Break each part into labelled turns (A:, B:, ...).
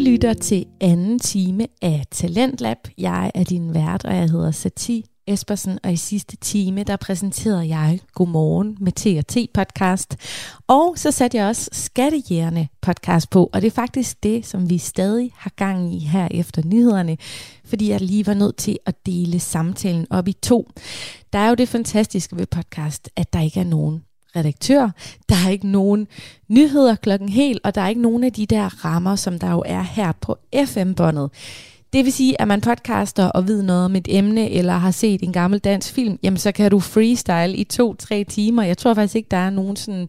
A: lytter til anden time af Talentlab. Jeg er din vært, og jeg hedder Sati Espersen, og i sidste time, der præsenterede jeg Godmorgen med T&T podcast, og så satte jeg også Skattejægerne podcast på, og det er faktisk det, som vi stadig har gang i her efter nyhederne, fordi jeg lige var nødt til at dele samtalen op i to. Der er jo det fantastiske ved podcast, at der ikke er nogen redaktør. Der er ikke nogen nyheder klokken helt, og der er ikke nogen af de der rammer, som der jo er her på FM-båndet. Det vil sige, at man podcaster og ved noget om et emne, eller har set en gammel dansk film, jamen så kan du freestyle i to-tre timer. Jeg tror faktisk ikke, der er nogen sådan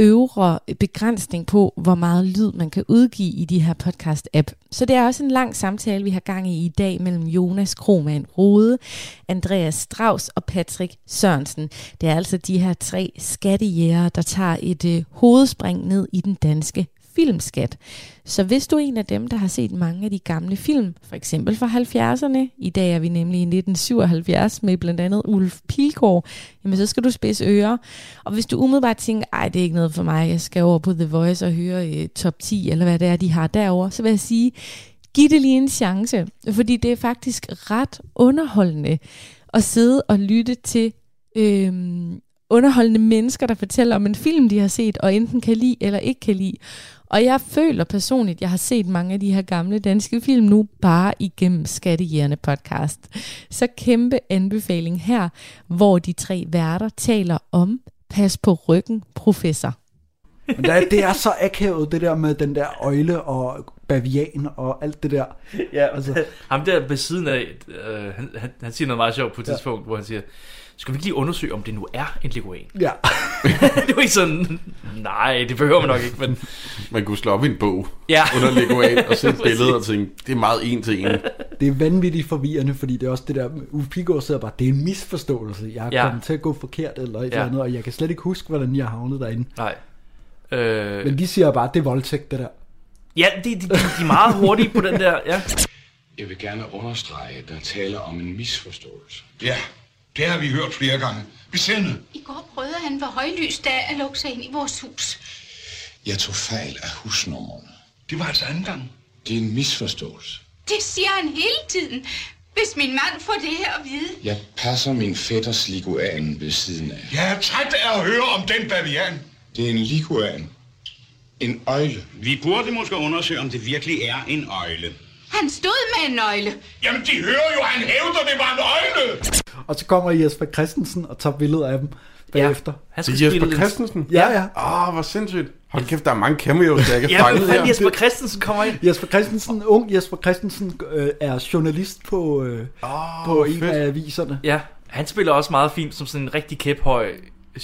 A: øvre begrænsning på, hvor meget lyd man kan udgive i de her podcast-app. Så det er også en lang samtale, vi har gang i i dag mellem Jonas Krohmann Rode, Andreas Strauss og Patrick Sørensen. Det er altså de her tre skattejæger, der tager et øh, hovedspring ned i den danske filmskat. Så hvis du er en af dem, der har set mange af de gamle film, for eksempel fra 70'erne, i dag er vi nemlig i 1977 med blandt andet Ulf Pilgaard, jamen så skal du spidse ører. Og hvis du umiddelbart tænker, ej det er ikke noget for mig, jeg skal over på The Voice og høre øh, top 10, eller hvad det er, de har derovre, så vil jeg sige, giv det lige en chance, fordi det er faktisk ret underholdende at sidde og lytte til øhm, underholdende mennesker, der fortæller om en film, de har set, og enten kan lide eller ikke kan lide. Og jeg føler personligt, at jeg har set mange af de her gamle danske film nu bare igennem Skattejerne podcast. Så kæmpe anbefaling her, hvor de tre værter taler om Pas på ryggen, professor.
B: Men der, er- det er så akavet, det der med den der øjle og bavian og alt det der.
C: Ja,
B: Altså-
C: altså. ham der ved siden af, øh, han, han, han siger noget meget sjovt på et tidspunkt, hvor han siger, skal vi ikke lige undersøge, om det nu er en leguan?
B: Ja,
C: det var ikke sådan, nej, det behøver man nok ikke, men
D: Man kunne slå op i en bog
C: ja.
D: under leguan og se et billede og tænke, det er meget en til en.
B: det er vanvittigt forvirrende, fordi det er også det der, Uffe Pigård sidder bare, det er en misforståelse. Jeg er ja.
C: Ja.
B: kommet til at gå forkert eller et ja. eller
C: Ja.
B: andet, og jeg kan slet ikke huske, hvordan jeg havnede derinde.
C: Nej. Øh,
B: Men de siger bare, det er voldtægt, det der.
C: ja, de, de, de de er meget hurtige på den der, ja.
E: Jeg vil gerne understrege, at der er tale om en misforståelse.
F: Ja, det har vi hørt flere gange. Besinde.
G: I går prøvede han ved højlys dag at lukke sig ind i vores hus.
E: Jeg tog fejl af husnummerne.
F: Det var altså anden gang.
E: Det er en misforståelse.
G: Det siger han hele tiden. Hvis min mand får det her at vide.
E: Jeg passer min fætters liguan ved siden af.
F: Jeg er træt af at høre om den bavian.
E: Det er en liguan. En øjle.
H: Vi burde måske undersøge, om det virkelig er en øjle.
G: Han stod med en nøgle.
F: Jamen, de hører jo, han hævder, det var en øjle.
B: Og så kommer Jesper Christensen og tager billeder af dem bagefter. Ja.
C: Han
D: Det
C: skal
D: er Jesper
C: spille en-
D: Christensen?
B: Ja, ja.
D: Åh, oh, hvor sindssygt. Hold kæft, der er mange cameos, der ikke er
C: Ja,
D: fanget
C: men
D: her.
C: fanden, Jesper Christensen kommer ind.
B: Jesper Christensen, ung Jesper Christensen, øh, er journalist på, øh, oh, på en
D: fedt.
B: af aviserne.
C: Ja, han spiller også meget fint som sådan en rigtig kæphøj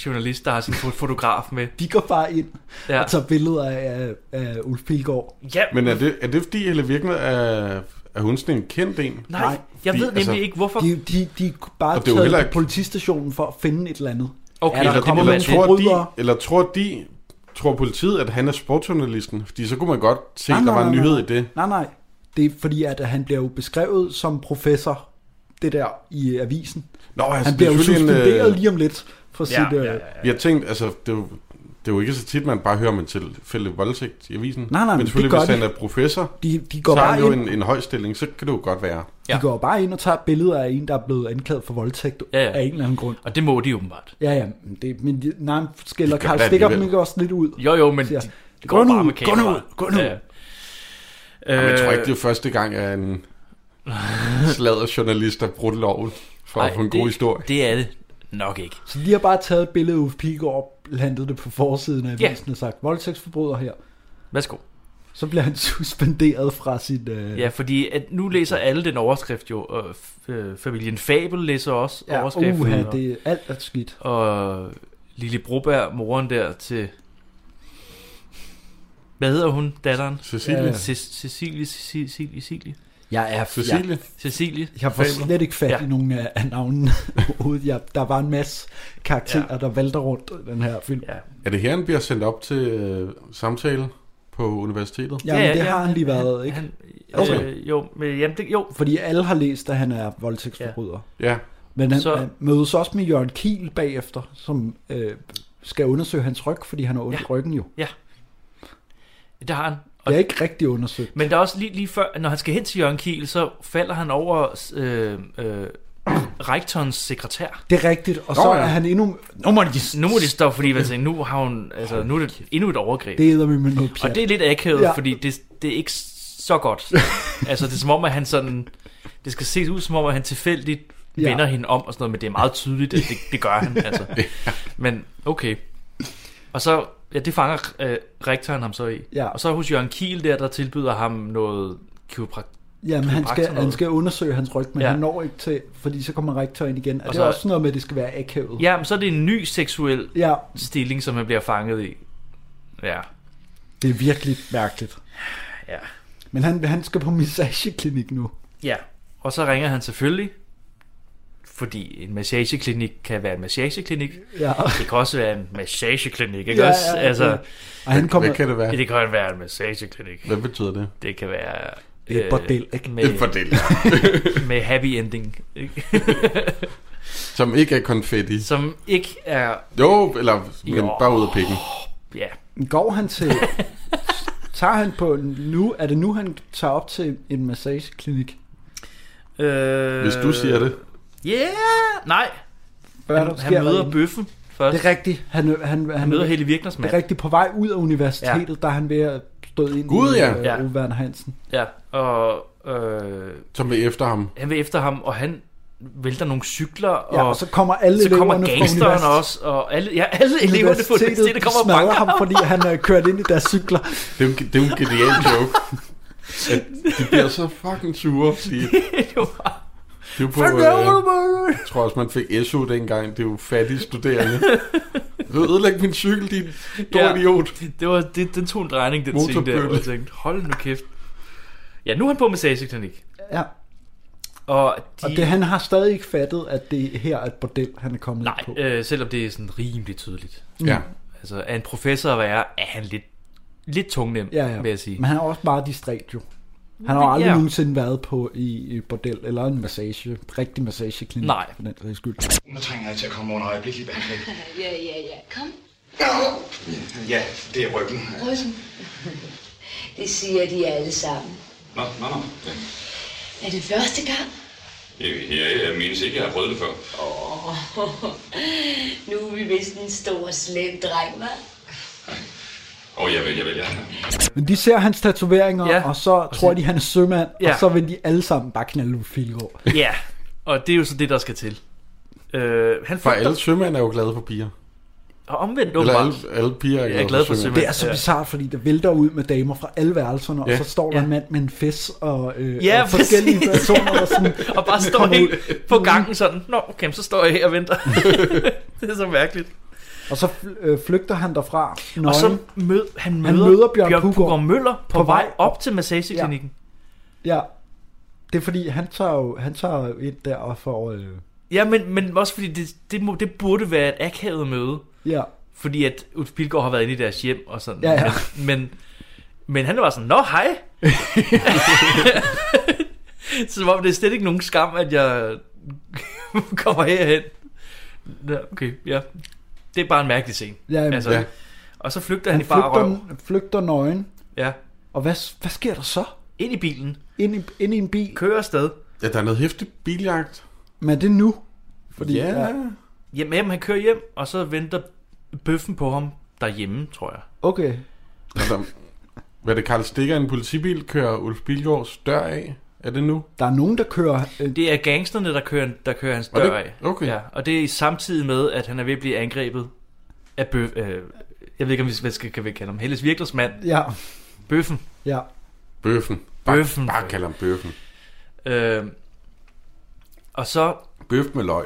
C: journalist, der har sådan en fo- fotograf med.
B: De går bare ind ja.
C: Ja.
B: og tager billeder af, af Ulf Pilgaard.
C: Ja,
D: Men er det, er det fordi, eller virkelig er, er hun sådan en kendt en?
C: nej, jeg
D: fordi,
C: ved nemlig
D: altså,
C: ikke, hvorfor...
B: De, de, de er bare
D: Og det er jo
B: taget
D: heller
B: ikke...
D: ikke-
B: politistationen for at finde et eller andet.
C: Okay,
B: er der
D: Eller,
B: kommer
D: eller,
B: nogle
D: tror
B: forbrydere.
D: de, eller tror de, tror politiet, at han er sportsjournalisten? Fordi så kunne man godt se, at der var en nyhed
B: nej,
D: i det.
B: Nej, nej. Det er fordi, at han bliver jo beskrevet som professor, det der i øh, avisen.
D: Nå, altså,
B: Han bliver jo
D: det er selvfølgelig en, øh,
B: suspenderet lige om lidt for
C: Ja,
B: sit... øh,
C: ja, ja, ja.
D: Jeg tænkte, altså, det er, jo, det er jo ikke så tit, man bare hører om en tilfælde voldtægt i avisen.
B: nej, men det
D: men selvfølgelig,
B: gør
D: hvis han
B: de.
D: er professor,
B: De, de, går
D: så har
B: bare
D: han jo
B: ind,
D: en, en høj stilling, så kan det jo godt være.
B: de går bare ind og tager billeder af en, der er blevet anklaget for voldtægt ja,
C: Ja,
B: ja.
C: ja.
B: af en eller anden grund.
C: Og det må de åbenbart.
B: Ja, ja. men Det, men de- nej, men skælder
D: De gør
B: Karl
D: det
B: Stikker dem
D: alligevel.
B: ikke også lidt ud?
C: Jo, jo, men
B: Siger,
C: de, de
B: "Gå
C: går
B: nu,
C: bare med
B: gå nu,
C: kamera.
B: gå nu."
C: Øh,
D: Men jeg tror ikke, det er første gang, at en sladder journalist har brudt loven for at få en god
C: Øh, det,
D: historie.
C: Det er det nok ikke.
B: Så de har bare taget et billede af Uffe Pilgaard og plantet det på forsiden af
C: Ja.
B: avisen og sagt, voldtægtsforbryder her.
C: Værsgo.
B: Så bliver han suspenderet fra sit... Øh,
C: Ja, fordi at nu læser alle den overskrift jo. Og f- øh, familien Fabel læser også ja, overskriften.
B: uha,
C: og-
B: det er alt er skidt.
C: Og Lille Broberg, moren der til... Hvad hedder hun, datteren?
D: Cecilie,
B: Ja.
D: ja.
C: Ce- Cecilie, Cecilie, Cecilie, Cecilie.
B: Jeg er
D: Cecilie,
B: Jeg,
C: Cecilie.
B: jeg får
D: Fabler.
B: slet ikke fat ja.
C: Ja.
B: i nogen af, af navnene overhovedet. Jeg, der var en masse karakterer, ja. der valgte rundt i den her film.
C: Ja.
D: er det her, han bliver sendt op til øh, samtale på universitetet?
B: Jamen,
C: Ja, ja,
B: det
C: ja,
B: har han lige været, ikke? Han,
C: Han,
B: Okay.
C: øh, jo, men, jamen, det, jo,
B: Fordi alle har læst, at han er voldtægtsforbryder. Ja.
D: Ja.
B: Men han, så...
C: Så-
B: han mødes også med Jørgen Kiel bagefter, som øh, skal undersøge hans ryg, fordi han har ondt i
C: Ja.
B: ryggen jo.
C: det har han.
B: Jeg er ikke rigtig undersøgt.
C: Men der er også lige, lige før, når han skal hen til Jørgen Kiel, så falder han over øh, øh, rektorens sekretær.
B: Det er rigtigt, og så
D: Nå, ja.
B: er han endnu... Nu må de...
C: Nu må de stoppe, fordi altså, nu har hun, altså, nu er det endnu et overgreb.
B: Det æder med noget pjat.
C: Og det er lidt akavet, ja.
B: Ja.
C: fordi det, det er ikke så godt. altså, det er som om, at han sådan... Det skal ses ud som om, at han tilfældigt ja.
B: Ja.
C: vender hende om og sådan noget, men det er meget tydeligt, at det, det gør han. Altså. Men okay. Og så... Ja, det fanger øh, rektoren ham så i.
B: Ja.
C: Og så hos Jørgen Kiel der, der tilbyder ham noget kiropraktik.
B: Jamen, han skal,
C: kiropraktor-
B: han skal undersøge hans ryg, men
C: Ja.
B: ja. han når ikke til, fordi så kommer rektor ind igen. Og, og det
C: så-
B: er også sådan noget med, at det skal være akavet.
C: Ja, men så er det en ny seksuel
B: ja,
C: stilling, som han bliver fanget i. Ja.
B: det er virkelig mærkeligt.
C: Ja.
B: Men han, han skal på massageklinik nu.
C: Ja. Og så ringer han selvfølgelig, fordi en massageklinik kan være en massageklinik.
B: Ja.
C: Det kan også være en massageklinik, ikke
B: Ja,
C: også?
B: ja,
C: altså,
B: ja. Og han kommer...
D: Hvad kan det være?
C: Det kan være en massageklinik.
D: Hvad betyder det?
C: Det kan være... øh,
B: Det er et bordel, ikke?
C: Med,
D: En fordel,
C: med happy ending, ikke?
D: som ikke er konfetti.
C: som ikke er...
D: Jo, eller men
C: Jo.
D: bare ud af pikken.
C: Ja,
B: Går han til... Tager han på nu? Er det nu, han tager op til en massageklinik?
C: øh,
D: Hvis du siger det.
C: Ja, yeah! nej.
B: Hvad er der
C: Han,
B: sker
C: han møder
B: derinde?
C: bøffen først.
B: Det er rigtigt. Han, han, han,
C: han møder
B: det
C: Helle Virkners mand.
B: er rigtigt på vej ud af universitetet, ja. der er han ved at stå ind
D: Gud,
B: i
D: ja.
B: øh,
C: Ja.
B: Ove Werner Hansen.
C: Ja, og øh,
D: Som vil efter ham.
C: han vil efter ham, og han vælter nogle cykler, og,
B: Ja, og så kommer alle
C: så kommer
B: eleverne fra
C: gangsteren
B: univers-
C: også, og alle, ja, alle eleverne på universitetet kommer og
B: smadrer
C: banker
B: ham, fordi han er kørt ind i deres cykler.
D: Det er jo, det er jo en genial joke. At de bliver så fucking sure. Fordi
C: Det var-
D: det er jo på, øh, jeg tror også, man fik SU dengang. Det er jo fattige studerende. Du ødelægge min cykel, din dår
C: Ja.
D: idiot.
C: det var, det, den tog en drejning, den scene der,
D: Motorbølle.
C: og jeg tænkte, hold nu kæft. Ja, nu er han på massageklinik,
B: Ja.
C: og de...
B: Og det, han har stadig ikke fattet, at det her er et bordel, han er kommet
C: nej,
B: på.
C: øh, selvom det er sådan rimelig tydeligt.
D: Ja.
C: Altså, er en professor at være, er han lidt, lidt tungnem,
B: ja, ja.
C: vil jeg sige.
B: Men han er også meget distræt jo. Han har jo aldrig
C: Ja.
B: ja. nogensinde været på i et bordel eller en massage, rigtig massageklinik.
C: Nej.
B: For den sags skyld.
E: Nu trænger jeg til at komme under øjeblikkeligt behandling.
G: Ja, ja, ja. Kom,
E: Ja, det er ryggen.
G: Røsen. Det siger de alle sammen.
H: Nå, nå, nå.
G: Er det første gang?
H: Ja, jeg mindes ikke, jeg har prøvet det før.
G: Nu er vi vist en stor, slem dreng, hva'?
H: Åh, oh, jeg vil, jeg vil, jeg
B: Men de ser hans tatoveringer,
C: Ja.
B: ja. og så tror de, han er sømand,
C: Ja.
B: ja. og så vil de alle sammen bare knalde Lou Filgaard.
C: Ja, og det er jo så det, der skal til. Øh, han
D: For
C: flygter-
D: alle sømænd er jo glade for piger.
C: Og omvendt
D: Eller
C: åbenbart.
D: alle, alle piger er
C: Jeg
D: glade,
C: er glad for
D: sømænd.
C: sømænd.
B: Det er så
C: Ja.
B: bizart, fordi det vælter ud med damer fra alle værelserne, ja.
D: Ja.
B: og så står der
C: Ja.
B: ja. en mand med en fes og, øh,
C: Ja,
B: og forskellige
C: præcis.
B: personer, der sådan...
C: Og bare står
B: kommer
C: helt på gangen sådan, Nå, okay, så står jeg her og venter. det er så mærkeligt.
B: Og så øh, flygter han derfra. Nøgen.
C: Og så mød, han møder,
B: møder Bjørn Puggaard
C: Møller på,
B: på
C: vej
B: vej
C: op til massageklinikken.
B: Ja. Det er fordi, han tager jo, han tager jo ind der og får... Øh,
C: Ja, ja men, men også fordi det, det, må, det burde være et akavet møde.
B: ja.
C: Fordi at Ulf Pilgaard har været inde i deres hjem og sådan.
B: Ja, ja.
C: Men, men, men han var sådan, nå hej. Som om det er slet ikke nogen skam, at jeg kommer herhen. Nå, okay, ja. Det er bare en mærkelig scene.
B: Ja,
C: altså,
D: ja.
C: Og så flygter han,
B: Han
C: han i bare røv.
B: flygter, flygter nøgen.
C: Ja.
B: Og hvad, hvad sker der så?
C: Ind i bilen.
B: Ind i, ind i en bil.
C: Kører afsted.
D: Ja, der er noget hæftig biljagt.
B: Men er det nu? Fordi,
D: ja.
C: Hjem, hjem, han kører hjem, og så venter bøffen på ham derhjemme, tror jeg.
B: Okay.
D: Altså, hvad er det, Karl Stikker, en politibil, kører Ulf Bilgaards dør af? Er det nu?
B: Der er nogen, der kører... Øh,
C: Det er gangsterne, der kører, der kører hans
D: Og det-
C: dør af.
D: okay.
C: Ja, og det er samtidig med, at han er ved at blive angrebet af bøf... Øh, jeg ved ikke, om vi skal, hvad skal, kan vi kalde ham. Helles Virkners mand.
B: ja,
C: Bøffen.
B: ja.
D: Bøffen. Bare,
C: Bøffen.
D: Bare kald ham Bøffen.
C: Øh, og så,
D: Bøf med løg.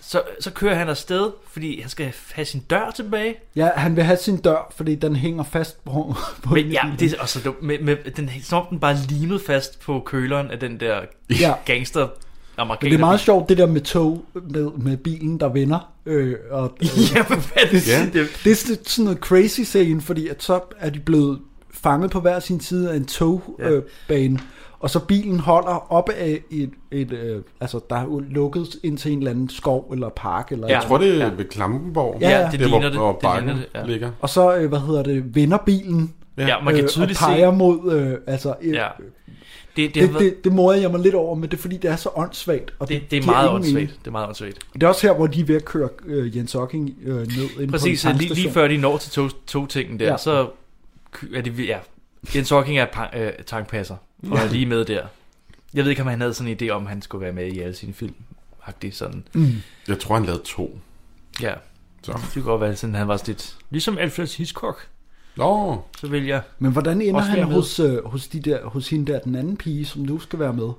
C: så, så kører han afsted, fordi han skal have sin dør tilbage.
B: Ja, han vil have sin dør, fordi den hænger fast på... på
C: Men ja, det er også dumt. Med, med, den, som om den bare limet fast på køleren af den der
B: Ja.
C: gangster
B: Men
C: amerikaner.
B: det er meget sjovt, det der med tog, med, med bilen, der vender. Øh, og, øh,
C: Ja, men hvad er det?
D: Ja.
C: det
B: det er sådan- sådan noget crazy scene, fordi at så er de blevet fanget på hver sin side af en togbane, øh, bane. og så bilen holder op af et, et øh, altså der er jo lukket ind til en eller anden skov eller park, eller
C: Ja.
D: Jeg tror, det er ved Klampenborg.
B: Ja,
C: ja,
B: ja.
C: det
D: der,
C: ligner
D: hvor,
C: det.
D: hvor
C: det, ligner
D: bakken
C: det ja.
D: ligger.
B: og så, øh, hvad hedder det, vender bilen,
C: Ja, man kan
B: og
C: tydeligt
B: peger
C: se...
B: mod, øh, altså, øh,
C: Ja.
B: ja.
C: Det, det, har
B: det,
C: været-
B: det, det morede jeg mig lidt over, men det er fordi, det er så åndssvagt. Og
C: det, det er
B: giver
C: meget
B: ingen mening.
C: åndssvagt. Det er meget åndssvagt.
B: Det er også her, hvor de er ved at køre øh, Jens Ocking øh, ned ind
C: Præcis,
B: på
C: så
B: en
C: lige, lige
B: tankstation.
C: før de når til tog, togtingen der, ja.
B: Ja.
C: så k- er det... vi- Ja, Jens Hocking er pa- øh, tankpasser, og er lige med der. Jeg ved ikke, om han havde sådan en idé om, han skulle være med i alle sine film. Agtig sådan.
B: Mm.
D: Jeg tror, han lavede to.
C: Ja,
D: Så.
C: det kunne godt være, sådan, han var sådan lidt... Ligesom Alfred Hitchcock,
D: Nå,
C: så vil jeg...
B: Men hvordan ender
C: Også
B: han
C: være med.
B: hos, øh, hos, de der, hos hende der, den anden pige, som nu skal være med?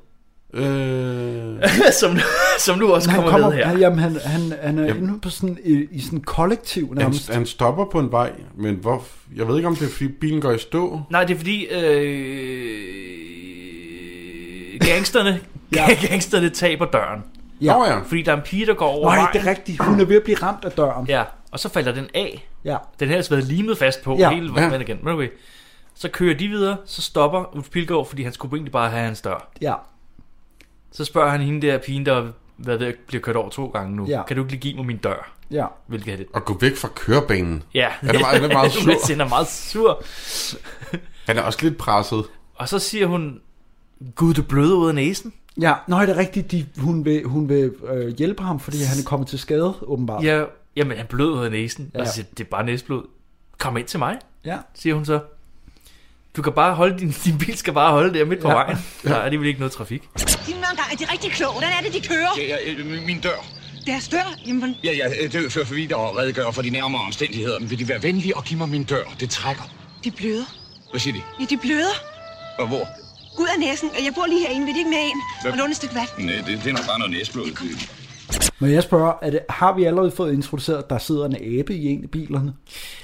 D: øh,
C: som, som nu også kommer, med her.
B: han, jamen, han, han, han er
D: Jamen.
B: inde på sådan, i, i sådan en kollektiv
D: han,
B: nærmest.
D: han stopper på en vej, men hvor, jeg ved ikke, om det er, fordi bilen går i stå.
C: Nej, det er fordi... Øh, gangsterne, ja.
B: Ja.
C: gangsterne taber døren.
D: Ja.
B: Ja.
D: Nå ja,
C: Fordi der er en pige, der går over
B: Nej, det
C: vejen.
B: er rigtigt. Hun er ved at blive ramt af døren.
C: Ja, og så falder den af.
B: Ja.
C: Den har ellers været limet fast på
B: Ja,
C: ja. hele
D: ja.
C: vejen igen. Men okay. Så kører de videre, så stopper Ulf Pilgaard, fordi han skulle egentlig bare have hans dør.
B: ja.
C: Så spørger han hende der pigen, der har været ved at blive kørt over to gange nu. Ja.
B: Ja.
C: Kan du ikke lige give mig min dør?
B: Ja.
C: Hvilket er det?
D: og gå væk fra kørebanen.
C: Ja,
D: Ja, det var- det var meget sur.
C: Mads, han er meget sur.
D: Han er også lidt presset.
C: Og så siger hun, Gud, du bløder ud af næsen.
B: Ja, nej, det er rigtigt. De, hun vil, hun vil øh, hjælpe ham, fordi han er kommet til skade, åbenbart.
C: Ja, jamen han bløder ud af næsen. Ja.
B: Ja.
C: Og så siger, det er bare næsblod. Kom ind til mig,
B: ja.
C: siger hun så. Du kan bare holde din, din bil skal bare holde der midt på ja.
B: Ja.
C: vejen. Der er alligevel ikke noget trafik.
I: Sig mig engang, er de rigtig kloge? Hvordan er det, de kører?
F: Ja, ja, øh, min- min dør.
I: Deres dør? Jamen, hvordan-
F: Ja, ja, øh, det er før for vidt og redegøre for de nærmere omstændigheder. Men vil de være venlige og give mig min dør? Det trækker.
I: de bløder.
F: Hvad siger de?
I: Ja, de bløder.
F: Og hvor?
I: Ud af næsen. Jeg bor lige herinde. Vil de ikke med ind? Og
F: Hvem?
I: låne et stykke vand?
H: Nej, det, det er nok bare noget næsblod.
B: Men jeg spørger, er det, har vi allerede fået introduceret, at der sidder en abe i en af bilerne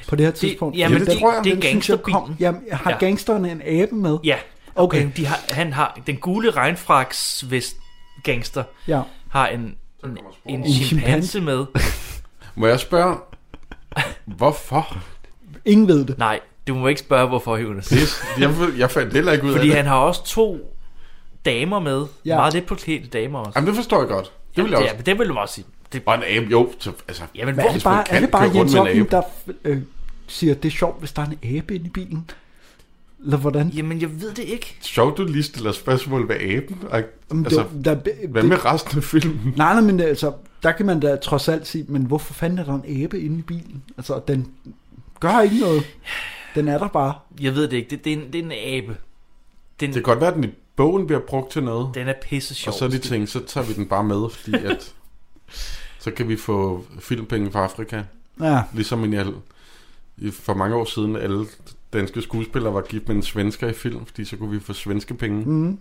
B: på det her tidspunkt?
C: jamen,
B: Den-
C: det-
B: den tror jeg,
C: det er
B: den synes jeg kom-
C: gangsterbilen.
B: Jamen, har
C: Ja.
B: ja. gangsterne en abe med?
C: Ja,
B: Okay.
C: Men De har, han har den gule regnfraksvest gangster
B: ja.
C: har en, en, en
B: En
C: chimpanse
B: chimpanse.
C: med.
D: Må jeg spørge, hvorfor?
B: Ingen ved det.
C: Nej, du må ikke spørge, hvorfor Jonas.
D: Pis. Jeg, ved- jeg fandt heller ikke ud
C: Fordi
D: af det.
C: han har også to damer med. Ja.
B: Ja.
C: Meget lidt portrætte damer også.
D: Jamen, det forstår jeg godt. Det vil jeg
C: Ja,
D: også.
C: men det vil du også sige. Det,
D: Og en abe, jo. Så, altså,
C: jamen,
B: Men er det
C: hvor,
D: man
B: bare, er
D: kan
B: det bare
D: køre
B: Jens
D: rundt med en
B: Ocking,
D: abe.
B: der øh, siger, det er sjovt, hvis der er en abe inde i bilen? Eller hvordan?
C: jamen, jeg ved det ikke.
D: sjovt, du lige stiller spørgsmål ved aben.
B: Jamen,
D: Altså,
B: det, der, det,
D: hvad med resten af filmen?
B: Nej, nej, men altså, der kan man da trods alt sige, men hvorfor fanden er der en abe inde i bilen? Altså, den gør ikke noget. Den er der bare.
C: Jeg ved det ikke. Det, det, er, en, det er en abe. Den,
D: Det kan godt være, at den i bogen bliver brugt til noget.
C: den er pisse sjov.
D: Og så er de tænkt, så tager vi den bare med, fordi at... så kan vi få filmpenge fra Afrika.
B: Ja,
D: Ligesom en, jeg, i- for mange år siden, alle danske skuespillere var gift med en svensker i film, fordi så kunne vi få svenske penge. Mm.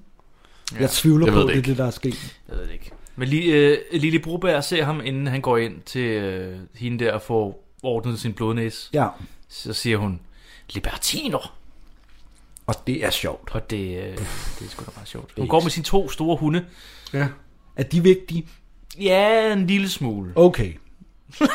B: ja. jeg tvivler
D: Jeg
B: jeg
D: ved
B: på,
D: det
B: det er
D: ikke.
B: det, der er sket.
C: Jeg ved det ikke. Men lige, øh, Lille Broberg ser ham, inden han går ind til øh, hende der og får ordnet sin blodnæs.
B: Ja,
C: Så siger hun, libertiner.
B: og det er sjovt.
C: Og det, øh, det er sgu da meget sjovt. Hun går med sine to store hunde.
D: Ja.
B: Er de vigtige?
C: Ja, en lille smule.
B: Okay.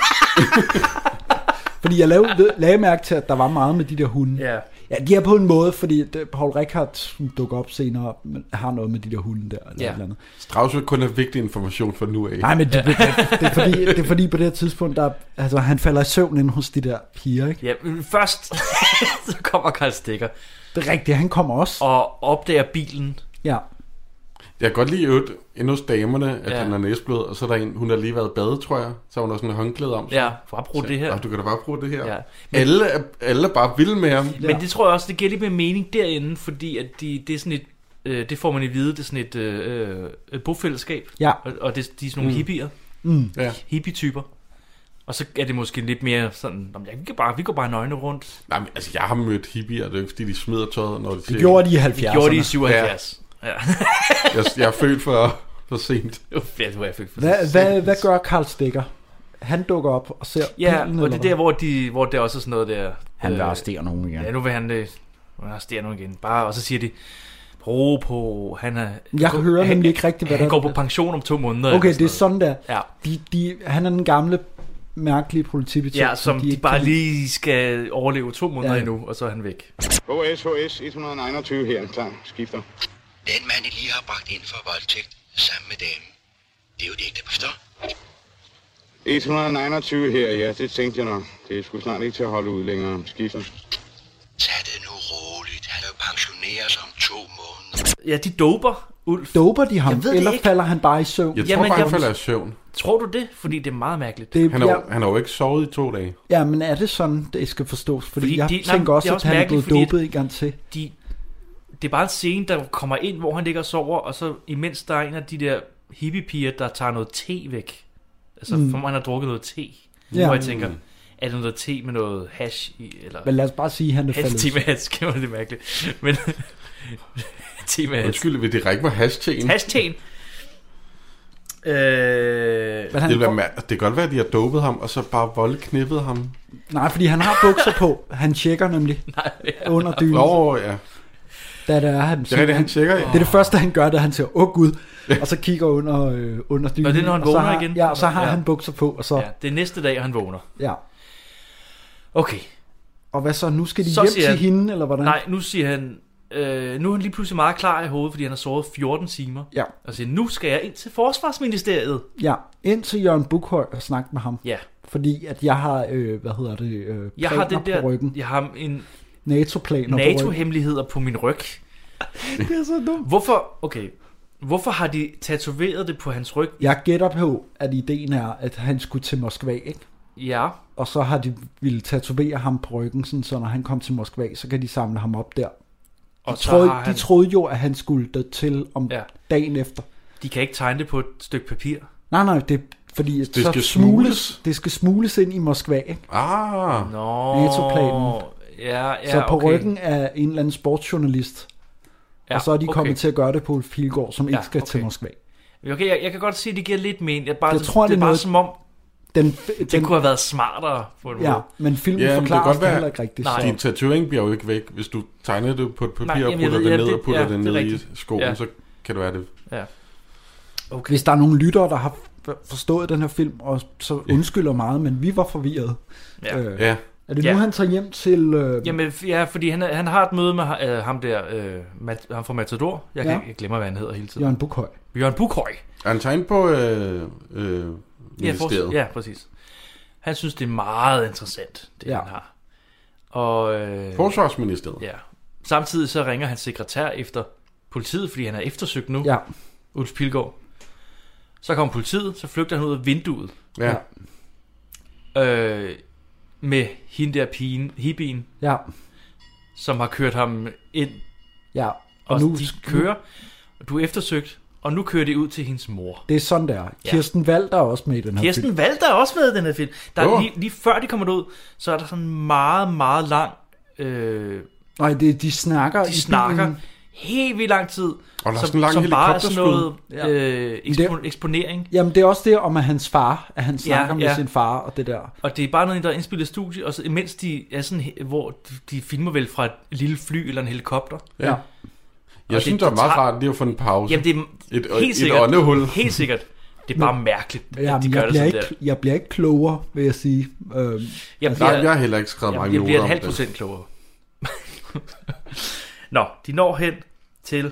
B: fordi jeg lavede, ved- lagde mærke til, at der var meget med de der hunde.
C: Ja.
B: ja de er på en måde, fordi det, Paul Rickard, som dukker op senere, men har noget med de der hunde der. Eller
C: Ja.
B: et eller andet.
D: Strauss vil kun have vigtig information fra nu af.
B: Nej, men det, det, det, er fordi, det er fordi på det her tidspunkt, der, altså, han falder i søvn inde hos de der piger. Ikke?
C: Ja, men først så kommer Karl Stikker
B: Det er rigtigt, han kommer også.
C: og opdager bilen.
B: Ja.
D: Jeg kan godt lide i øvrigt endnu hos damerne, at
C: Ja.
D: ja. han er næsblød, og så er der en, hun har lige været i bade, tror jeg. Så har hun også en håndklæde om.
C: Ja, for at bruge det her.
D: Og du kan da bare bruge det her.
C: Ja.
D: Ja. Alle, er, alle er bare vilde med ham.
C: Men det tror jeg også, det giver lidt mere mening derinde, fordi at de, det er sådan et, øh, det får man i vide, det er sådan et øh, øh, bofællesskab.
B: Ja.
C: Og, og det, de er sådan nogle mm. hippier,
D: Ja.
C: hippie-typer. Og så er det måske lidt mere sådan, "Nå, men ja, vi, kan bare, vi går bare nøgne rundt.
D: Nej, men, altså, jeg har mødt hippier, det er jo ikke, fordi de smider tøjet, når de
B: Det gjorde de i
C: Det gjorde de i
B: 70'erne.
C: 77. Ja. ja.
D: Jeg, jeg er født for, for sent.
C: det var jeg fik for
B: Hvad, hvad, hvad gør Karl Stikker? Han dukker op og ser
C: Ja,
B: bilen,
C: og det
B: eller
C: er der,
B: hvad?
C: hvor, de, hvor der også er sådan noget der... øh,
B: nogen igen.
C: Ja, nu vil han, øh, nu vil han arrestere nogen igen. Bare, og så siger de, ro på, han er...
B: Jeg
C: går-
B: hører
C: han,
B: nemlig ikke rigtigt, hvad
C: Han
B: der
C: går på pension om to måneder. eller
B: Okay, det er
C: sådan
B: sådan der.
C: Ja.
B: De, de, han er den gamle, mærkelige politibetjent.
C: noget. Ja, som de,
B: ikke
C: bare
B: kan-
C: lige skal overleve to måneder
B: Ja.
C: endnu, og så er han væk.
E: HS, HS 121 her. Klar, skifter.
J: Den mand, I lige har bragt ind for voldtægt sammen med damen, det er jo det ikke, der forstår.
E: 129 her, ja, det tænkte jeg nok. Det er sgu snart ikke til at holde ud længere. Skifter.
J: Tag det nu ro.
C: Ja, de doper Ulf.
B: Doper de ham,
C: Jeg ved det
B: eller
C: ikke.
B: falder han bare i søvn?
D: Jeg
C: Jamen,
D: tror Jamen, bare,
C: jeg-
D: han falder i søvn.
C: Tror du det? Fordi det er meget mærkeligt.
B: Det,
D: Han
B: er,
D: har,
B: ja,
D: jo- han har jo ikke sovet i to dage.
B: ja, men er det sådan, det skal forstås? Fordi,
C: Fordi
B: fordi jeg
C: de- nej,
B: tænker
C: det er
B: også, at
C: også
B: han er
C: mærkeligt,
B: blevet
C: fordi
B: dopet
C: at-
B: en gang til.
C: De, det er bare en scene, der kommer ind, hvor han ligger og sover, og så imens der er en af de der hippiepiger, der tager noget te væk. Altså, mm. for mig, han har drukket noget te. Ja.
B: Ja.
C: Hvor jeg tænker, er det noget te med noget hash i? Eller
B: Men lad os bare sige, at han er
C: hash, te
B: faldet.
C: med hash, kan man det er mærkeligt. Men te med hash.
D: Undskyld, vil det række mig hashtaggen?
C: Hashtaggen. Øh,
B: Men han,
D: Det, vil være, mær- det kan godt være, at de har dopet ham, og så bare voldknippet ham.
B: nej, fordi han har bukser på. Han tjekker nemlig under dynen.
D: Nå, ja.
B: Da det er, han,
D: Det er rigtigt, han tjekker.
B: Det er det første, han gør, da han siger, åh gud, og så kigger under, øh, under dynen.
C: Nå, det er, når han
B: og så
C: vågner
B: har,
C: igen.
B: Ja, og så har
C: Ja.
B: ja. han bukser på, og så, ja.
C: ja, det er næste dag, han vågner.
B: ja.
C: Okay,
B: Og hvad så, nu skal de
C: Så
B: så hjem
C: siger
B: til
C: han-
B: hende, eller hvordan?
C: nej, nu siger han... Øh, nu er han lige pludselig meget klar i hovedet, fordi han har sovet 14 timer.
B: Ja,
C: Og siger, nu skal jeg ind til Forsvarsministeriet.
B: ja. Ind til Jørgen Bukhøj og snakke med ham.
C: Ja,
B: Fordi at jeg har, øh, hvad hedder det, øh,
C: jeg har den der...
B: på ryggen.
C: Jeg har en
B: NATO-planer på ryggen.
C: NATO-hemmeligheder på min ryg.
B: Det er så dumt.
C: Hvorfor... Okay, hvorfor har de tatoveret det på hans ryg?
B: Jeg gætter på, at ideen er, at han skulle til Moskva, ikke?
C: Ja,
B: Og så har de ville tatovere ham på ryggen, sådan, så når han kom til Moskva, så kan de samle ham op der.
C: og så
B: Troede,
C: har han...
B: De troede jo, at han skulle der til om
C: Ja.
B: ja. dagen efter.
C: De kan ikke tegne det på et stykke papir.
B: Nej, nej, det er fordi, det så
D: skal
B: skal
D: smugles.
B: smugles, det skal smugles ind i Moskva, ikke?
D: Ah,
C: Nå...
B: NATO-planen.
C: Ja, ja,
B: Ja, så på
C: okay.
B: okay. ryggen af en eller anden sportsjournalist,
C: ja,
B: ja, og så er de
C: okay.
B: okay. kommet til at gøre det på Ulf Pilgaard, som ja,
C: Ja,
B: ikke skal okay.
C: okay.
B: til Moskva.
C: Okay, jeg, jeg kan godt se, at det giver lidt mening. Jeg, bare,
B: Jeg tror,
C: det,
B: det
C: er
B: er
C: bare
B: noget-
C: som om,
B: Den,
C: det
B: den,
C: kunne have været smartere på en måde.
B: ja, men filmen
D: Ja, men
B: ja,
D: det
B: forklarer
D: kan godt
B: os det
D: være-
B: heller ikke rigtigt.
C: Nej.
B: Nej.
D: din tatovering bliver jo ikke væk. Hvis du tegner det på et papir
C: Nej,
D: Nej, og
C: jamen, jeg
D: putter
C: ved-
D: det
C: ja,
D: ned
C: det-
D: og putter
C: ja,
D: det
C: det er
D: ned
C: rigtigt.
D: i skoen,
C: Ja.
D: så kan det være det.
C: Okay.
B: Hvis der er nogle lyttere, der har f- forstået den her film, og så undskylder meget, men vi var forvirrede.
C: Ja.
B: Øh,
D: Ja,
B: er det
C: Ja.
B: nu, han tager hjem til... Øh,
C: Jamen, f- ja, fordi han, er- han har et møde med ha- øh, ham der, øh, Mat, ham fra Matador. Jeg, kan,
B: Ja.
C: ikke- jeg glemmer, hvad han hedder hele tiden.
B: Jørgen Bukhøj.
C: Jørgen Bukhøj.
D: er han tegnet på øh, øh,
C: Ja, for,
D: ministeriet?
C: ja, præcis. Han synes, det er meget interessant, det ja.
B: Ja.
C: han har. Og øh,
D: Forsvarsministeriet.
C: ja. samtidig så ringer hans sekretær efter politiet, fordi han er eftersøgt nu, ja.
B: Ja,
C: Ulf Pilgaard. Så kommer politiet, så flygter han ud af vinduet
D: ja.
C: øh, med hende der pigen, hippien,
B: ja,
C: som har kørt ham ind
B: ja.
C: Og, og nu de
B: sk-
C: kører, og du er eftersøgt, og nu kører de ud til hendes mor.
B: Det er sådan, der.
C: Ja.
B: Kirsten Valder er også med i den her film.
C: Kirsten Valder er også med i den her film. Der er,
D: Åh.
C: lige, lige før de kommer derud, så er der sådan en meget, meget lang... Øh,
B: Nej, det, de snakker i
C: de snakker
B: bilen.
C: helt vildt lang tid,
D: Og der er sådan en lang
C: som bare er sådan noget
B: Ja.
C: øh,
B: Men
C: ekspo- eksponering.
B: Jamen, det er også det om, at hans far, at han snakker ja, med
C: ja.
B: sin far og det der.
C: Og det er bare noget, der er indspillet i studie, og så, imens de er sådan, he- hvor de, de filmer vel fra et lille fly eller en helikopter.
D: ja. Jeg
C: Og
D: synes,
C: det-
D: det er meget
C: det tager-
D: rart lige at få en pause.
C: Jamen det er
D: Et-
C: helt
D: et
C: sikkert.
D: åndehul.
C: Helt sikkert. Det er bare mærkeligt, at
B: Jamen,
C: de gør
B: jeg,
C: det
B: bliver
C: sådan der.
B: ikke, jeg bliver ikke klogere, vil jeg sige. Øhm,
C: Jeg
D: Nej, Altså, jeg har heller ikke skrevet
C: Jeg,
D: mange
C: jeg bliver
D: noter
C: et
D: om
C: halvt
D: det.
C: procent klogere. Nå, de når hen til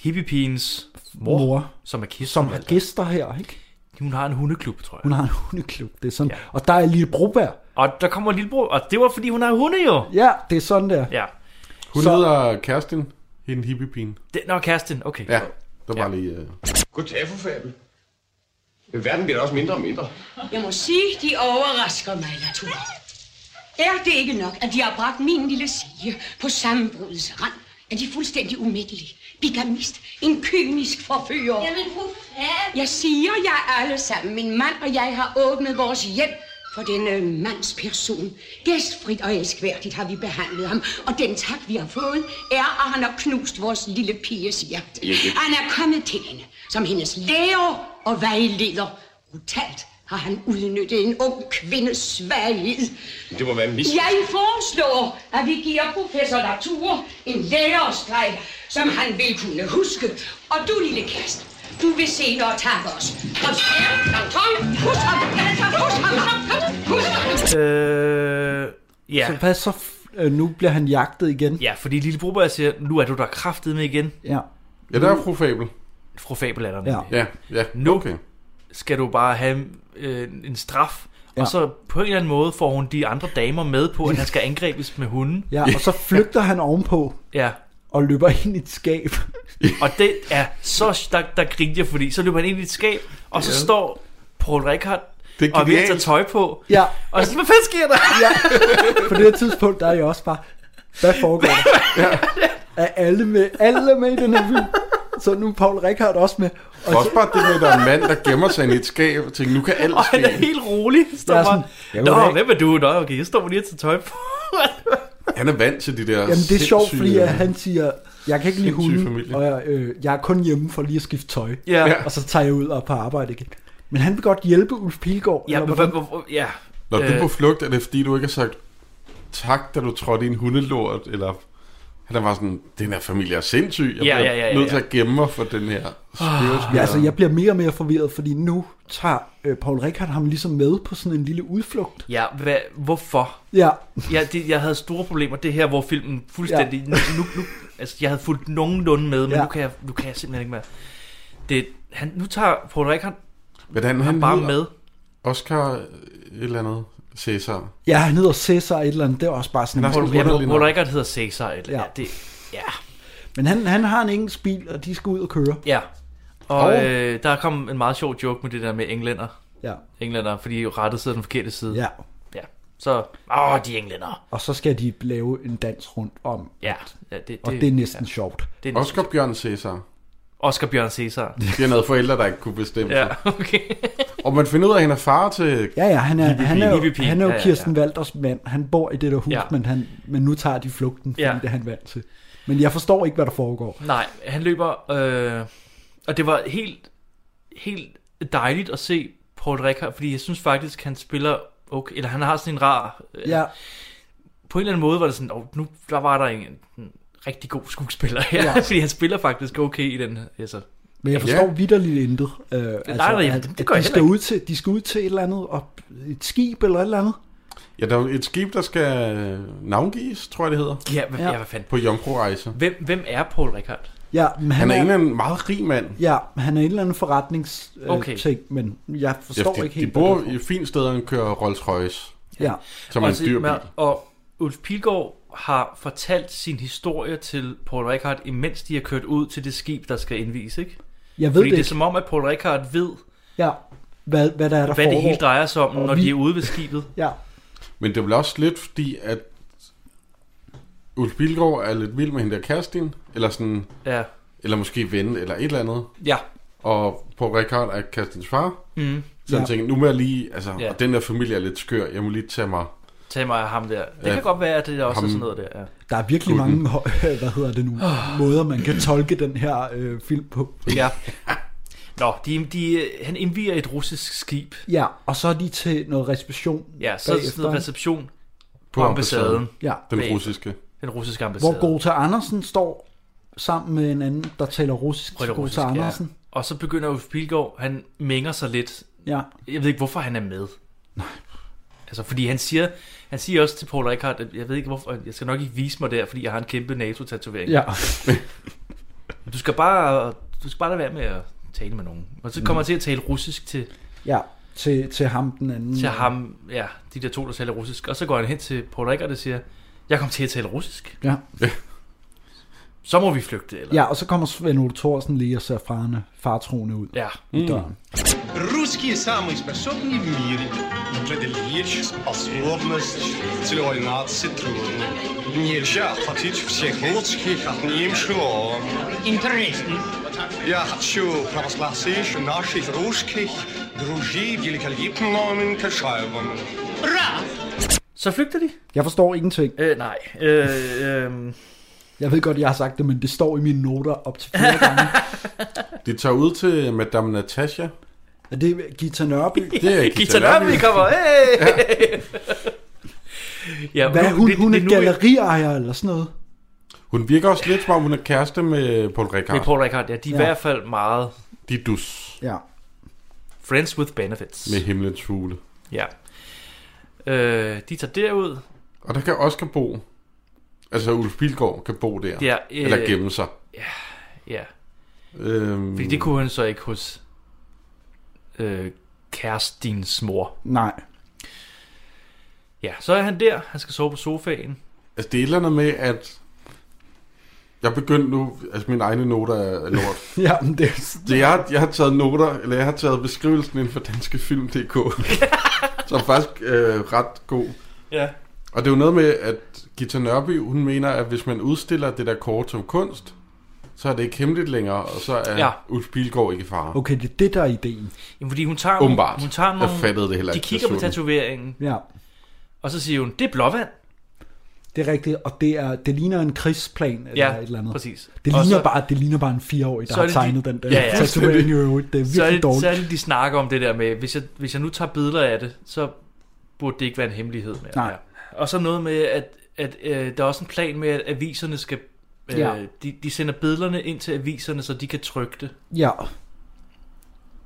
C: hippiepigens mor, mor,
B: Mor.
C: som er kisten.
B: som har gæster her, ikke?
C: Hun har en hundeklub, tror jeg.
B: Hun har en hundeklub, det er sådan.
C: Ja.
B: Ja. Og der er Lille Broberg.
C: Og der kommer en lillebror, og det var fordi, hun har hunde jo.
B: Ja, det er sådan der.
C: Ja,
D: Hun
B: Så-
D: hedder Kerstin, hende hippiepin.
C: det, nå, kæresten, okay.
D: Ja, der var lige... Øh,
E: Goddag, fru Fabel. Verden bliver da også mindre og mindre.
G: Jeg må sige, de overrasker mig, Natura. Er det ikke nok, at de har bragt min lille sige på sammenbrudets rand? Er de fuldstændig umiddelige? Bigamist, en kynisk forfører.
K: Jamen, fru Fab.
G: Jeg siger jer alle sammen, min mand og jeg har åbnet vores hjem for denne mands person. Gæstfrit og elskværdigt har vi behandlet ham, og den tak, vi har fået, er, at han har knust vores lille piges hjerte. Han er kommet til hende som hendes lærer og vejleder. Brutalt har han udnyttet en ung kvindes svaghed.
E: Det må være mis...
G: Jeg foreslår, at vi giver professor Latour en lærerstreg, som han vil kunne huske. Og du, lille kæreste, du vil senere takke os. Kom, skær, kom, kom, husk ham, altså, husk ham, kom, kom, husk ham.
C: Øh, ja.
B: Så hvad så? f- øh, nu bliver han jagtet igen.
C: ja, fordi lille Broberg siger, nu er du der kraftet med igen,
B: Ja.
D: ja, der er fru Fabel.
C: fru Fabelatterne.
B: Ja.
D: Ja, ja,
C: Nu.
D: okay.
C: Skal du bare have øh, en straf, ja.
B: Ja.
C: og så på en eller anden måde får hun de andre damer med på, at han skal angribes med hunden.
B: ja. Og så flygter han ovenpå.
C: Ja,
B: og løber ind i et skab.
C: Og det er så, der, der grinte jeg, fordi så løber han ind i et skab, og så
B: Ja.
C: står Paul Rickard
B: Det er
C: og er ved at tage
B: genialt.
C: tøj på.
B: Ja.
C: Og så, hvad fanden sker der?
B: Ja. På det her tidspunkt, der er jeg også bare, hvad foregår der? Ja. Er alle med, alle er med i den her film? Så nu er Paul Rickard også med. Og
D: Også bare det med, at der er en mand, der gemmer sig ind i et skab og tænker, nu kan alt
C: Og
D: ske.
C: han er helt rolig. Står
D: Jeg er
C: bare,
D: sådan,
C: Nå,
D: jeg ved ikke."
C: hvem er du? Nå, okay, jeg står lige til tøj på.
D: Han er vant til de der
B: Jamen det er sjovt,
D: sindssyge-
C: øh,
B: fordi at han siger, jeg kan ikke lide
D: Sindssyge
B: hunden, og jeg, øh, jeg er kun hjemme for lige at skifte tøj.
C: Ja.
B: Og så tager jeg ud og er på arbejde igen. Men han vil godt hjælpe Ulf Pilgaard.
C: Ja,
B: eller
C: men
B: hvordan?
C: hvor- hvor- ja.
D: Når du er
C: Øh,
D: på flugt, er det fordi, du ikke har sagt tak, da du trådte i en hundelort, eller... Han er bare sådan, den her familie er sindssyg. Jeg
C: Ja,
D: bliver
C: ja, ja, ja,
D: nødt til
C: ja. Ah,
D: at gemme mig for den her spirits.
B: Ja, altså jeg bliver mere og mere forvirret, fordi nu tager øh, Paul Rickard ham ligesom med på sådan en lille udflugt.
C: Ja, hvad, hvorfor?
B: Ja.
C: ja det, jeg havde store problemer. Det her, hvor filmen fuldstændig... Ja. Nu, nu, altså, jeg havde fulgt nogenlunde med, men
B: Ja.
C: ja. nu, kan jeg, nu kan jeg simpelthen ikke mere. Det, han, nu tager Paul Rickard
D: Hvordan
C: ham
D: han
C: bare
D: hedder?
C: med.
D: Oscar øh, et eller andet. Cæsar.
B: Ja, han hedder Cæsar et eller andet, det er også bare sådan
C: Paul,
B: en
C: ja, Paul, Paul Rickard hedder Cæsar. Eller, ja. ja. Det, ja.
B: Men han, han har en engelsk bil, og de skal ud og køre.
C: ja. Og
B: Og-
C: øh, der kom en meget sjov joke med det der med englænder.
B: Ja.
C: Englænder, fordi rettet sidder den forkerte side.
B: Ja.
C: ja. Så, åh, de englænder.
B: Og så skal de lave en dans rundt om.
C: Ja, ja det, det,
B: og det er næsten ja. sjovt.
C: Det er næsten-
D: Oscar Bjørn Cæsar.
C: Oscar Bjørn Cæsar.
D: De har noget forældre, der ikke kunne bestemme
C: Ja,
D: sig.
C: okay.
D: Og man finder ud af, at han er far til...
B: Ja, ja, han er, han er, jo,
D: Hippiepige.
B: han er jo
D: Ja, ja, ja.
B: Kirsten Walders mand. Han bor i det der hus, ja.
C: Ja.
B: men, han, men nu tager de flugten, fordi ja.
C: Ja.
B: det er han vant til. Men jeg forstår ikke, hvad der foregår.
C: Nej, han løber, øh, og det var helt, helt dejligt at se Paul Rickard, fordi jeg synes faktisk, han spiller, okay, eller han har sådan en rar... Øh,
B: Ja.
C: På en eller anden måde var det sådan, oh, nu der var der en, en rigtig god skuespiller her,
B: Ja.
C: ja. fordi han spiller faktisk okay i den... Altså,
B: Men jeg forstår ja. vidderligt intet. Øh,
C: nej,
B: at-
C: det gør
B: at
C: jeg
B: de, skal
C: heller ikke.
B: ud til, de skal ud til et eller andet, og et skib eller et eller andet.
D: Ja, der er jo et skib, der skal navngives, tror jeg det hedder.
C: Ja, hvad- Ja. ja, hvad fanden.
D: På jomfru-rejse.
C: Hvem, hvem er Paul Rickard?
B: Ja, men
D: Han, han er,
B: er
D: en eller anden meget rig mand.
B: Ja, han er en eller anden forretningsting, øh,
D: Okay.
B: ting, men jeg forstår
D: de,
B: ikke helt,
D: De bor
B: hvad
D: i et fint sted, og han kører Rolls Royce.
B: Ja.
D: Som er en
C: Og se,
D: dyr bil.
C: man- Altså, Og Ulf Pilgaard har fortalt sin historie til Paul Rickard, imens de har kørt ud til det skib, der skal indvise, ikke?
B: Jeg ved
C: Fordi
B: det
C: det er
B: ikke.
C: som om, at Paul Rickard ved,
B: Ja, hvad, hvad der er der
C: hvad
B: foregår.
C: det hele drejer sig om,
B: Og
C: når
B: vi-
C: de er ude ved skibet.
B: Ja.
D: Men det er vel også lidt fordi, at Ulf Bilgaard er lidt vild med hende der Kerstin, eller sådan,
C: Ja.
D: eller måske ven, eller et eller andet.
C: Ja.
D: Og på Rikard er Kerstins far.
C: Mhm.
D: Så han
C: Ja.
D: tænker, nu må jeg lige, altså,
C: Ja.
D: og den der familie er lidt skør, jeg må lige tage mig.
C: Tag mig af ham der. Det
D: Ja.
C: kan godt være, at det er også
D: Ham-
C: er sådan noget der. Ja.
B: Der er virkelig
D: Gutten.
B: mange, hø- hvad hedder det nu, måder, man kan tolke den her øh, film på.
C: ja. Nå, de, de, han indviger et russisk skib.
B: Ja, og så er de til noget reception
C: Ja, så er der sådan noget reception på,
B: På
C: ambassaden.
B: ambassaden. Ja. Den
C: Bagefter.
D: russiske.
C: Den russiske ambassade.
B: hvor Gota Andersen står sammen med en anden, der taler russisk til
C: Rødt
B: Gota
C: og russisk, ja.
B: Andersen.
C: Og så begynder Ulf Pilgaard, han mænger sig lidt.
B: Ja.
C: Jeg ved ikke, hvorfor han er med. Nej. Altså, fordi han siger, han siger også til Paul Rickard, at jeg ved ikke, hvorfor, jeg skal nok ikke vise mig der, fordi jeg har en kæmpe NATO-tatovering.
B: Ja.
C: du skal bare, du skal bare lade være med at tale med nogen. Og så
B: Mm.
C: kommer han til at tale russisk til,
B: Ja, til, til ham den anden.
C: til ham, ja, de der to, der taler russisk. Og så går han hen til Paul Rickard og siger, jeg kom til at tale russisk.
B: Ja.
C: Så må vi flygte, eller?
B: Ja, og så kommer Svend Ole Thorsen lige og ser farne, fartroende ud
C: Ja. Mm.
B: i døren.
K: Русские самые способные в мире. Преодолеть способность целевой нации трудно. Нельзя охватить всех русских одним шилом. Интересно. Я хочу провозгласить наших русских друзей великолепным Кашаевым.
C: Bra! Så flygter de?
B: Jeg forstår ingenting.
C: Øh, nej. Øh, øh,
B: Jeg ved godt, jeg har sagt det, men det står i mine noter op til flere gange.
D: De tager ud til Madame Natasha.
B: Er det Gita Nørby?
D: Det er Gita
C: Gita Nørby kommer, hey! Ja,
B: Hvad,
D: nu-
B: hun,
D: det-
B: hun
D: det
B: er
D: er nu, jeg-
B: galleriejer eller sådan noget?
D: Hun virker også lidt som om, hun er kæreste med Paul Rikard.
C: Med Paul Rickard, ja, de er
D: Ja.
C: i hvert fald meget...
D: De er dus.
B: Ja.
C: Friends with benefits.
D: Med himlens fugle.
C: Ja. Øh, de tager derud.
D: Og der kan Oscar bo. Altså Ulf Bilgaard kan bo der.
C: Ja, øh,
D: Eller gemme sig.
C: Ja, ja.
D: Øhm,
C: Fordi det kunne han så ikke hos øh, Kerstins mor.
B: Nej.
C: Ja, så er han der. Han skal sove på sofaen.
D: Altså det er et eller andet med, at... Jeg begyndte nu, altså mine egne noter er lort.
B: ja, men det
D: det jeg, har- jeg har taget noter, eller jeg har taget beskrivelsen inden for danskefilm.dk, som er faktisk øh, ret god.
C: Ja.
D: Og det er jo noget med, at Gita Nørby, hun mener, at hvis man udstiller det der kort som kunst, så er det ikke hemmeligt længere, og så er
C: Ja.
D: ja. Ulf Pilgaard ikke i fare.
B: Okay, det er det, der er ideen.
C: Jamen, fordi hun tager,
D: Åbenbart.
C: Hun tager
D: Jeg
C: nogle,
D: fattede det heller
C: De
D: ikke,
C: kigger på
D: desuden.
C: tatoveringen.
B: Ja.
C: Og så siger hun, det er blåvand.
B: Det er rigtigt, og det, er, det ligner en krigsplan eller
C: Ja,
B: et eller andet.
C: præcis.
B: Det
C: Og
B: ligner,
C: så-
B: så, bare, det ligner bare en fireårig, der har tegnet den der. tatovering i øvrigt. Det er
C: så er
B: virkelig
C: det,
B: dårligt.
C: Så er det, de snakker om det der med, hvis jeg, hvis jeg nu tager billeder af det, så burde det ikke være en hemmelighed mere.
B: Nej.
C: Og så noget med, at, at øh, der er også en plan med, at aviserne skal... Øh,
B: Ja.
C: de, de sender billederne ind til aviserne, så de kan trykke det.
B: Ja,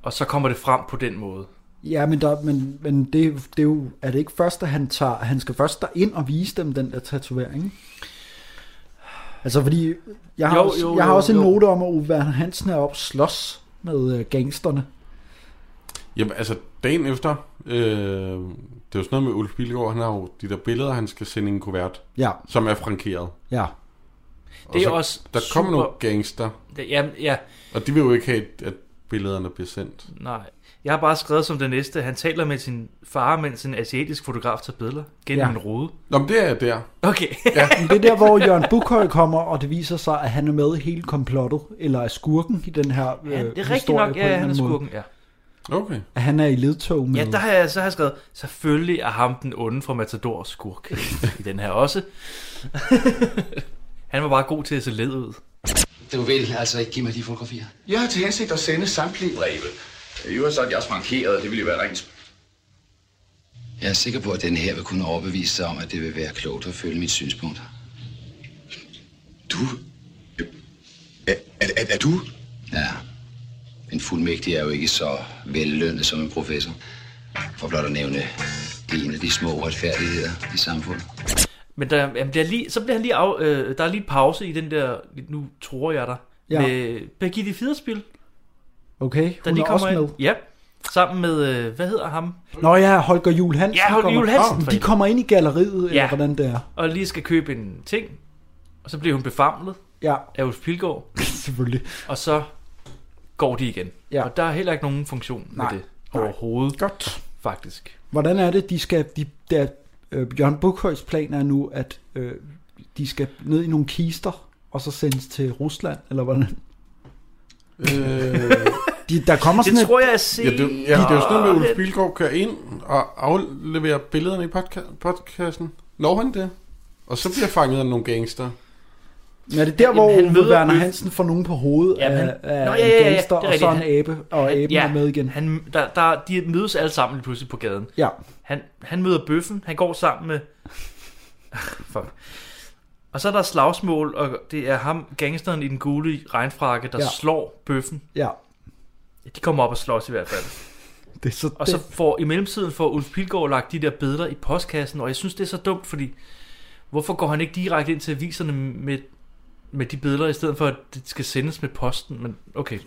C: Og så kommer det frem på den måde.
B: ja men, der, men, men det, det er jo, er det ikke først, at han tager, han skal først ind og vise dem den der tatovering? Altså fordi, jeg har, jo,
C: Jo,
B: også,
C: jo,
B: jeg har
C: jo,
B: også en
C: jo.
B: note om, at Ove Werner Hansen er op slås med øh, gangsterne.
D: Jamen, altså dagen efter, øh, det er jo sådan noget med Ulf Pilgaard, han har jo de der billeder, han skal sende i en kuvert,
B: Ja.
D: som er frankeret.
B: Ja.
D: Og
C: Det er
D: så,
C: også
D: Der kommer
C: super-
D: nogle gangster,
C: Det, ja, ja,
D: og de vil jo ikke have, at billederne bliver sendt.
C: nej. Jeg har bare skrevet som det næste, han taler med sin far, mens en asiatisk fotograf tager billeder gennem
B: Ja.
C: ja. en rode.
D: Nå, men det er der.
C: Okay.
D: Ja.
B: Men det er der, hvor Jørgen Bukhøj kommer, og det viser sig, at han er med i hele komplottet, eller er skurken i den her øh,
C: Ja, det er rigtigt
B: historie
C: nok.
B: på
C: Ja,
B: en eller
C: han
B: anden
C: er
B: måde.
C: skurken, ja.
D: Okay.
B: At han er i ledtog med...
C: Ja, der har jeg, så har jeg skrevet, selvfølgelig er ham den onde fra Matador skurk i den her også. han var bare god til at se led ud.
F: Du vil altså ikke give mig de fotografier?
E: Jeg har til hensigt at sende samtlige breve. I øvrigt så er de også markeret, det ville jo være rent
F: Jeg er sikker på, at den her vil kunne overbevise dig om, at det vil være klogt at følge mit synspunkt. Du? Er, er, er, er du? Ja. En fuldmægtig er jo ikke så vellønnet som en professor. For blot at nævne, det er en af de små retfærdigheder i samfundet.
C: Men der, jamen, der er lige, så bliver han lige af, øh, der er lige en pause i den der, nu tror jeg dig,
B: Ja.
C: ja. med Birgitte Fiderspil,
B: Okay,
C: der
B: hun
C: lige
B: er også
C: kommer
B: med.
C: ind. Ja, sammen med, øh, hvad hedder ham?
B: Nå ja, Holger Juhl Hansen
C: Ja, Holger
B: kommer.
C: Juhl Hansen,
B: Åh,
C: for
B: de
C: helvede.
B: kommer ind i galleriet, ja. eller
C: Ja.
B: hvordan det er.
C: Og lige skal købe en ting, og så bliver hun befamlet
B: Ja.
C: af Ulf Pilgaard,
B: Selvfølgelig.
C: og så går de igen.
B: Ja.
C: Og der er heller ikke nogen funktion
B: Nej.
C: med det
B: Nej.
C: overhovedet.
B: Godt.
C: Faktisk.
B: Hvordan er det, de skal... De, der, øh, Jørgen Bukhøjs plan er nu, at øh, de skal ned i nogle kister, og så sendes til Rusland, eller hvordan?
D: Øh,
B: De, der kommer sådan et-
D: Ja, det, ja, det er jo sådan noget med, at Ulf Bilgaard kører ind og afleverer billederne i podca- podcasten. Når han det? Og så bliver fanget af nogle gangster.
B: Men er det der, hvor
C: han
B: Ove
C: møder
B: Werner
C: Ulf-
B: Hansen får nogen på hovedet
C: Jamen,
B: af,
C: han-
B: af
C: Nå, ja, ja, ja,
B: en gangster,
C: det er
B: og så en
C: rigtigt. Han-
B: abe, og aben
C: ja,
B: er med igen?
C: Han, der, der, de mødes alle sammen lige pludselig på gaden.
B: Ja.
C: Han, han møder bøffen, han går sammen med... Fuck. Og så er der slagsmål, og det er ham, gangsteren i den gule regnfrakke, der
B: Ja.
C: ja. slår bøffen.
B: Ja.
C: De kommer op og slås i hvert fald.
B: Det er så,
C: Og så får, i mellemtiden får Ulf Pilgaard lagt de der billeder i postkassen, og jeg synes, det er så dumt, fordi hvorfor går han ikke direkte ind til aviserne med, med de billeder, i stedet for, at det skal sendes med posten? Men okay.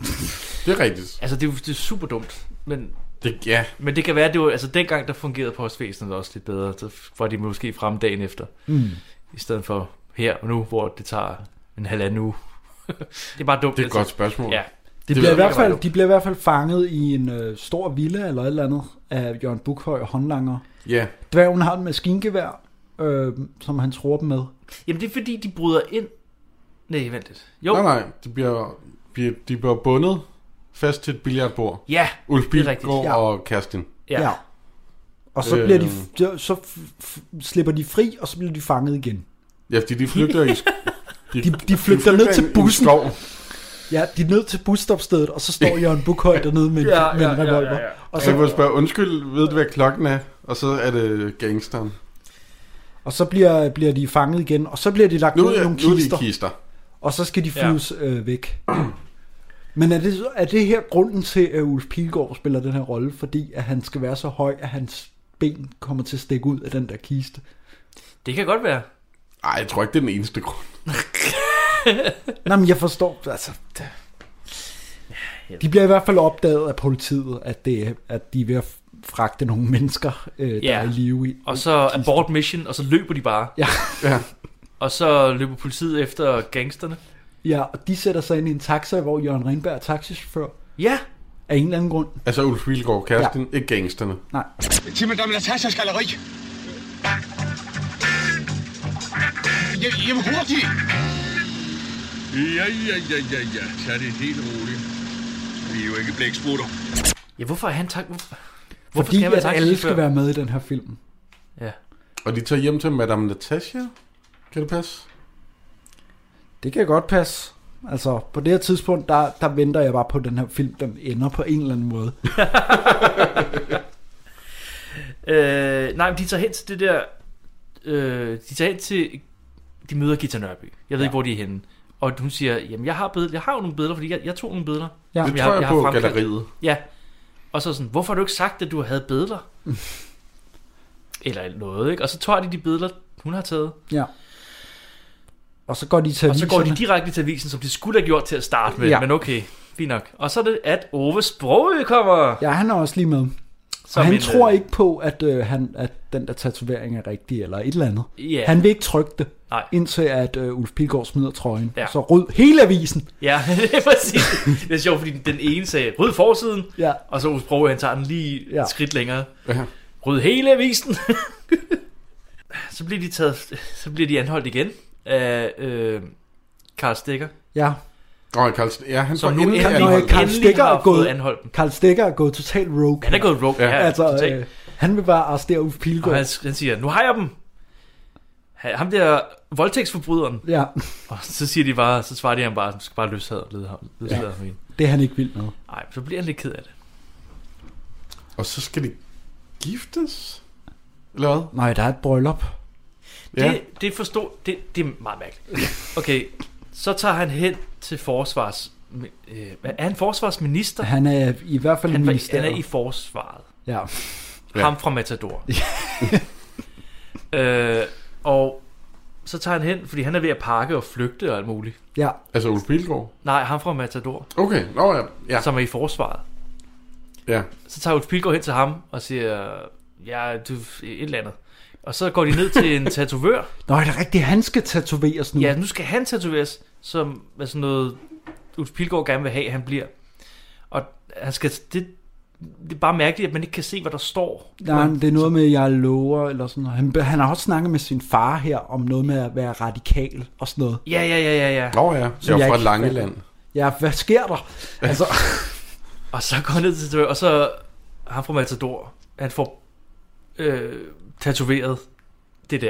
D: Det er rigtigt.
C: Altså, det er, jo- det er super dumt, men...
D: Det, ja.
C: Men det kan være, at det var, altså dengang, der fungerede postvæsenet også lidt bedre, så var de måske frem dagen efter.
B: Mm.
C: I stedet for her og nu, hvor det tager en halvanden uge. det er bare dumt. altså.
D: Det er et godt spørgsmål.
C: Ja.
B: De bliver, i hvert fald, de bliver i hvert fald fanget i en øh, stor villa eller et eller andet af Jørgen Bukhøj og håndlanger.
D: Ja.
B: Dværgen har en maskingevær, øh, som han tror dem med.
C: Jamen det er fordi, de bryder ind. Nej, vent lidt. Jo,
D: Nej, nej. De bliver, bliver, de bliver bundet fast til et billardbord.
C: Ja,
D: Ulf
C: det er rigtigt.
D: Bilgaard
C: Ja.
D: og Kerstin.
C: Ja.
B: ja. Og så,
D: Øh.
B: bliver de, så- så f- f- slipper de fri, og så bliver de fanget igen.
D: Ja, fordi de flygter i... De, de,
B: De flygter ned til
D: i en
B: bussen.
D: skov.
B: Ja, de er ned til busstopstedet, og så står Jørgen Bukhøj dernede med, ja, med en revolver. Ja, ja, ja.
D: Og så kan man spørge, undskyld, ved du hvad klokken er? Og så er det gangsteren.
B: Og så bliver, bliver de fanget igen, og så bliver de lagt
D: Nu
B: ned i
D: er-
B: nogle
D: nu er de i
B: kister,
D: kister.
B: Og så skal de
D: Ja.
B: flyves ja. øh, væk. Men er det, så- er det her grunden til, at Ulf Pilgaard spiller den her rolle, fordi at han skal være så høj, at hans ben kommer til at stikke ud af den der kiste?
C: det kan godt være.
D: Nej, jeg tror ikke, det er den eneste grund.
B: Nej, men jeg forstår, altså... det- De bliver i hvert fald opdaget af politiet, at, det, at de er ved at fragte nogle mennesker, øh, der
C: Ja.
B: er i live i.
C: Og så abort mission, og så løber de bare.
B: Ja.
D: Ja.
C: Og så løber politiet efter gangsterne.
B: Ja, og de sætter sig ind i en taxa, hvor Jørgen Rindberg er taxichauffør.
C: Ja.
B: Af en eller anden grund.
D: Altså Ulf Vilgaard, kæresten, ja. ikke gangsterne.
B: Nej.
K: Sig mig, der vil tage sig skalleri. Jamen hurtigt! Ja, ja, ja, ja, ja. Tag det helt roligt. Vi er jo ikke blæksprutter.
C: Ja, hvorfor er han tak... Hvorfor hvorfor
B: Fordi
C: skal han være
B: at alle
C: taxichauffør?
B: skal være med i den her film.
D: Og de tager hjem til Madame Natasha. Kan det passe?
B: Det kan godt passe. Altså, på det her tidspunkt, der, der venter jeg bare på, at den her film, den ender på en eller anden måde.
C: Øh, nej, men de tager hen til det der... Øh, de tager hen til... De møder Gita Nørby. Jeg ved ja. ikke, hvor de er henne. Og hun siger, jamen jeg har, bedre, jeg har jo nogle billeder, fordi jeg, jeg tog nogle billeder.
D: Ja.
C: som
D: Det tror jeg
C: har
D: på
C: fremkaldt."
D: galleriet.
C: Ja. Og så sådan, hvorfor har du ikke sagt, at du havde billeder? Eller noget, ikke? Og så tager de de billeder, hun har taget.
B: Ja. Og så går de til
C: Og så går de
B: aviserne.
C: direkte til avisen, som de skulle have gjort til at starte med.
B: Ja.
C: Ja. Men okay, fint nok. Og så er det, at Ove Sprogø kommer.
B: Ja, han er også lige med. Så og han
C: en,
B: tror
C: øh,
B: ikke på, at, øh, han, at den der tatovering er rigtig eller et eller andet.
C: Ja.
B: Han vil ikke trykke det,
C: Nej.
B: indtil at øh, Ulf Pilgaard smider trøjen.
C: Ja.
B: Så rød hele avisen.
C: Ja, det er præcis. Det er sjovt, fordi den ene sagde, ryd forsiden,
B: ja.
C: og så Ove Sprogø, han tager den lige
B: Ja.
C: ja. et skridt længere.
D: Ja.
C: Ryd hele avisen. så, bliver de taget, så bliver de anholdt igen af øh, Karl Stikker.
B: Ja.
D: Nå, Carl, ja, han
C: Som
D: får
C: nu
D: endelig
C: endelig-
D: anholdt.
C: Karl
B: Endelig Stikker
C: har
B: er gået,
C: fået anholdt dem.
B: Karl Stikker er gået totalt rogue.
C: Han er gået rogue, ja,
B: altså,
C: totalt.
B: øh, han vil bare arrestere Ulf
C: Og
B: Pilgaard.
C: han, han siger, nu har jeg dem. Ha- Ham der voldtægtsforbryderen.
B: Ja.
C: Og så siger de bare, så svarer de ham bare, du skal bare løslade og lede ham.
B: Ja.
C: Løslade ja. ham igen.
B: Det er han ikke vild med.
C: Ej, så bliver han lidt ked af det.
D: Og så skal de giftes? Eller hvad?
B: Nej, der er et bryllup.
D: Ja.
C: Det, det forstår... Det, det er meget mærkeligt. Okay, så tager han hen til forsvars... Øh, er han forsvarsminister?
B: Han er i hvert fald
C: han, var,
B: minister.
C: han er i forsvaret.
B: Ja.
C: Ja. Ham fra Matador. øh, og så tager han hen, fordi han er ved at pakke og flygte og alt muligt.
B: ja.
D: Altså Ulf Pilgaard?
C: Nej, ham fra Matador,
D: Okay, nå ja. ja.
C: ja. som er i forsvaret.
D: ja.
C: Så tager Ulf Pilgaard hen til ham og siger, ja, du, et eller andet. Og så går de ned til en tatovør.
B: Nå, er det rigtigt? Han skal tatoveres nu.
C: Ja, nu skal han tatoveres, som er sådan noget, Ulf Pilgaard gerne vil have, han bliver. Og han skal, det, det er bare mærkeligt, at man ikke kan se, hvad der står.
B: Nej, men det er noget med, jeg lover, eller sådan noget. Han, han har også snakket med sin far her, om noget med at være radikal og sådan noget.
C: Ja, ja, ja, ja, ja.
D: Nå ja,
B: Som
D: jeg
B: jeg
D: er fra
B: ikke-
D: Langeland.
B: Ja, hvad sker der? Altså,
C: Og så går han ned til tatovør, og så ham fra Matador, han får øh, tatoveret det der,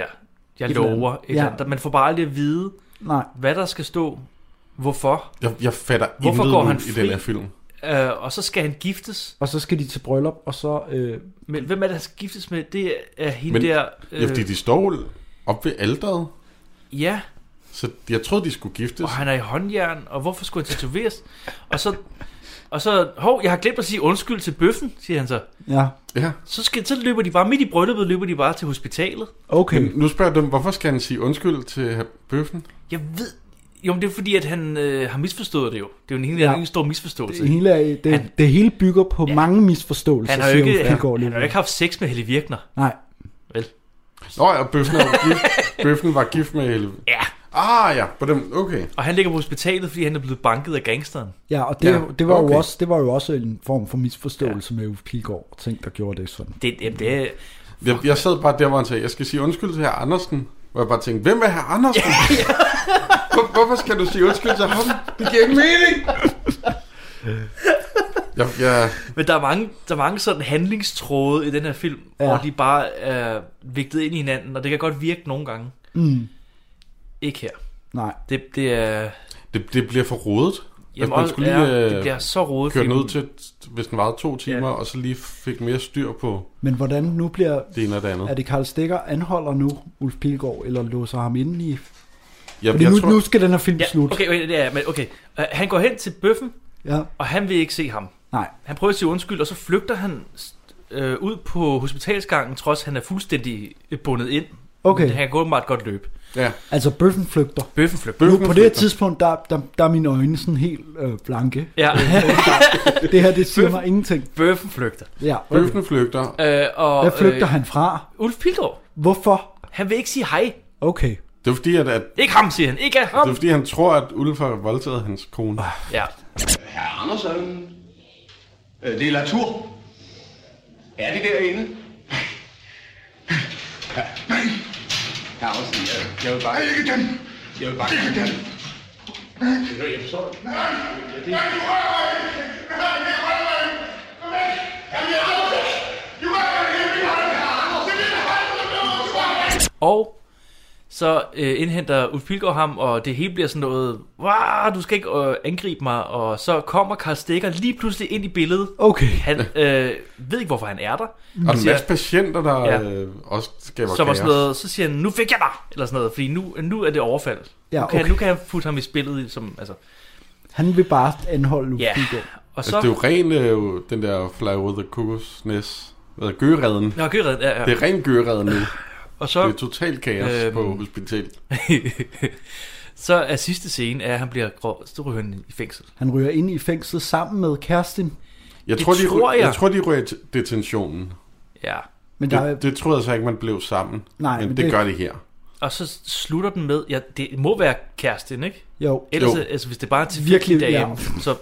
C: jeg
B: Et eller andet.
C: lover. Ikke?
B: Ja.
C: Ja. Man får bare aldrig at vide,
B: nej.
C: hvad der skal stå, hvorfor.
D: Jeg, jeg fatter
C: Hvorfor
D: intet
C: går
D: nu
C: han
D: i
C: fri?
D: den her film.
C: Øh, og så skal han giftes.
B: Og så skal de til bryllup, og så... Øh,
C: Men hvem er det, han skal giftes med? Det er hende
D: Men-
C: der...
D: Øh. Ja, fordi de står op ved alderet.
C: øh, ja.
D: Så jeg troede, de skulle giftes.
C: Og han er i håndjern, og hvorfor skulle han tatoveres? Og så, og så, hov, jeg har glemt at sige undskyld til bøffen, siger han så.
B: ja,
D: Ja.
C: Så, skal, så løber de bare, midt i brylluppet løber de bare til hospitalet.
B: okay.
D: Men nu spørger jeg dem, hvorfor skal han sige undskyld til her- bøffen?
C: Jeg ved, jo, men det er fordi, at han øh, har misforstået det jo. Det er jo en, ja. en stor misforståelse.
B: Det hele, er, det, han, det hele bygger på ja, mange misforståelser,
C: han har jo ikke,
B: Ulf
C: han,
B: Pilgaard
C: han har
B: lige
C: jo ikke haft sex med Helle Virkner.
B: nu. Nej,
C: Vel?
D: Nå ja, bøffen, er jo gift. bøffen var gift med Helve.
C: Ja,
D: Ah ja, på dem. Okay.
C: og han ligger på hospitalet, fordi han er blevet banket af gangsteren.
B: ja, og det,
D: Ja,
B: ja, det, var
D: okay.
B: jo også, det var jo også en form for misforståelse ja. med Ulf Pilgaard, ting der gjorde det sådan.
C: Det, det, det,
D: Jeg, jeg sad bare der, hvor han sagde, jeg skal sige undskyld til herr Andersen. Hvor jeg bare tænkte, hvem er herr Andersen? Hvor, hvorfor skal du sige undskyld til ham? Det giver ikke mening. Jeg, jeg,
C: men der er, mange, der er mange sådan handlingstråde i den her film, ja.
B: Ja.
C: hvor de bare er vigtet ind i hinanden, og det kan godt virke nogle gange.
B: Mm,
C: Ikke her.
B: nej,
C: Det, det er...
D: det, det bliver for rodet.
C: Jamen,
D: man
C: også,
D: skulle
C: lige, ja,
D: lige
C: det bliver
D: øh,
C: så rodet.
D: køre den
C: fordi-
D: ud til, hvis den varede to timer, og så lige fik mere styr på
B: men hvordan nu bliver...
D: det ene og det andet.
B: Er det Karl Stikker anholder nu Ulf Pilgaard, eller låser ham inde i...
D: Jeg,
B: Fordi nu, tror... nu skal den her film
C: Ja,
B: slut.
C: okay, okay, det er, men okay. Uh, han går hen til bøffen,
B: Ja,
C: og han vil ikke se ham.
B: nej.
C: Han prøver at sige undskyld, og så flygter han øh, ud på hospitalsgangen, trods han er fuldstændig øh, bundet ind.
B: Okay.
C: Men Han kan åbenbart godt løbe.
D: ja.
B: Altså, bøffen flygter.
C: Bøffen flygter.
B: Nu,
D: Bøffen
B: på det her
D: flygter.
B: tidspunkt, der, der, der er mine øjne sådan helt øh, blanke.
C: Ja,
B: Det her, det siger mig ingenting.
C: bøffen flygter.
B: Ja, okay.
D: Bøffen flygter.
C: Øh, og,
B: Hvad flygter han fra?
C: Øh, Ulf Pilgaard.
B: Hvorfor?
C: Han vil ikke sige hej.
B: Okay.
D: Det var fordi, at... at
C: Ikke ham, siger han. Ikke ham.
D: Det var fordi, han tror, at Ulf har voldtaget hans kone.
B: Ah.
C: Ja.
E: Herr Andersen. Øh, Det er Latour. Er det derinde? Nej. Herr Andersen, jeg, jeg vil bare... Ikke den! Jeg vil bare... Ikke den! Jeg forstår det. Nej, det
C: Og så øh, indhenter Ulf Pilgaard ham, og det hele bliver sådan noget, wow, du skal ikke øh, angribe mig, og så kommer Karl Stikker lige pludselig ind i billedet.
B: Okay.
C: Han øh, ved ikke, hvorfor han er der.
D: Og der er en
C: Siger-
D: masse patienter, der
C: Ja.
D: ja. øh, også skaber
C: Som var
D: kaos.
C: sådan noget, så siger han, nu fik jeg dig, eller sådan noget, fordi nu, nu er det overfald.
B: Ja,
C: nu, kan,
B: okay.
C: nu kan han putte ham i spillet, i- som, altså,
B: Han vil bare anholde Ulf
C: Ja.
B: Pilgaard.
C: Og
D: Og
C: så-
D: så... altså, det er jo ren øh, den der fly over the cuckoo's nest. Hvad hedder gøreden?
C: Nå, gøreden, ja, ja.
D: Det er ren gøreden nu.
C: Og så-
D: det er totalt kaos
C: Øhm.
D: øhm... på hospitalet.
C: så er sidste scene, er, at han bliver grå, så ryger han i fængsel.
B: Han ryger ind i fængslet sammen med Kerstin.
D: Jeg
C: Det
D: tror, de,
C: tror
D: tror
C: jeg.
D: jeg. jeg tror, de røg i t- detentionen.
C: Ja.
B: Men
D: Men
B: der
D: der...
B: er-
D: det, det troede jeg så ikke, man blev sammen.
B: Nej,
D: men,
B: men
D: men det,
B: det-
D: det gør det her.
C: Og så slutter den med, ja, det må være kæresten, ikke?
B: Jo.
C: Ellers,
B: Jo.
C: altså, hvis det bare er til
B: Virkelig,
C: virkelig dage,
B: ja.
C: så...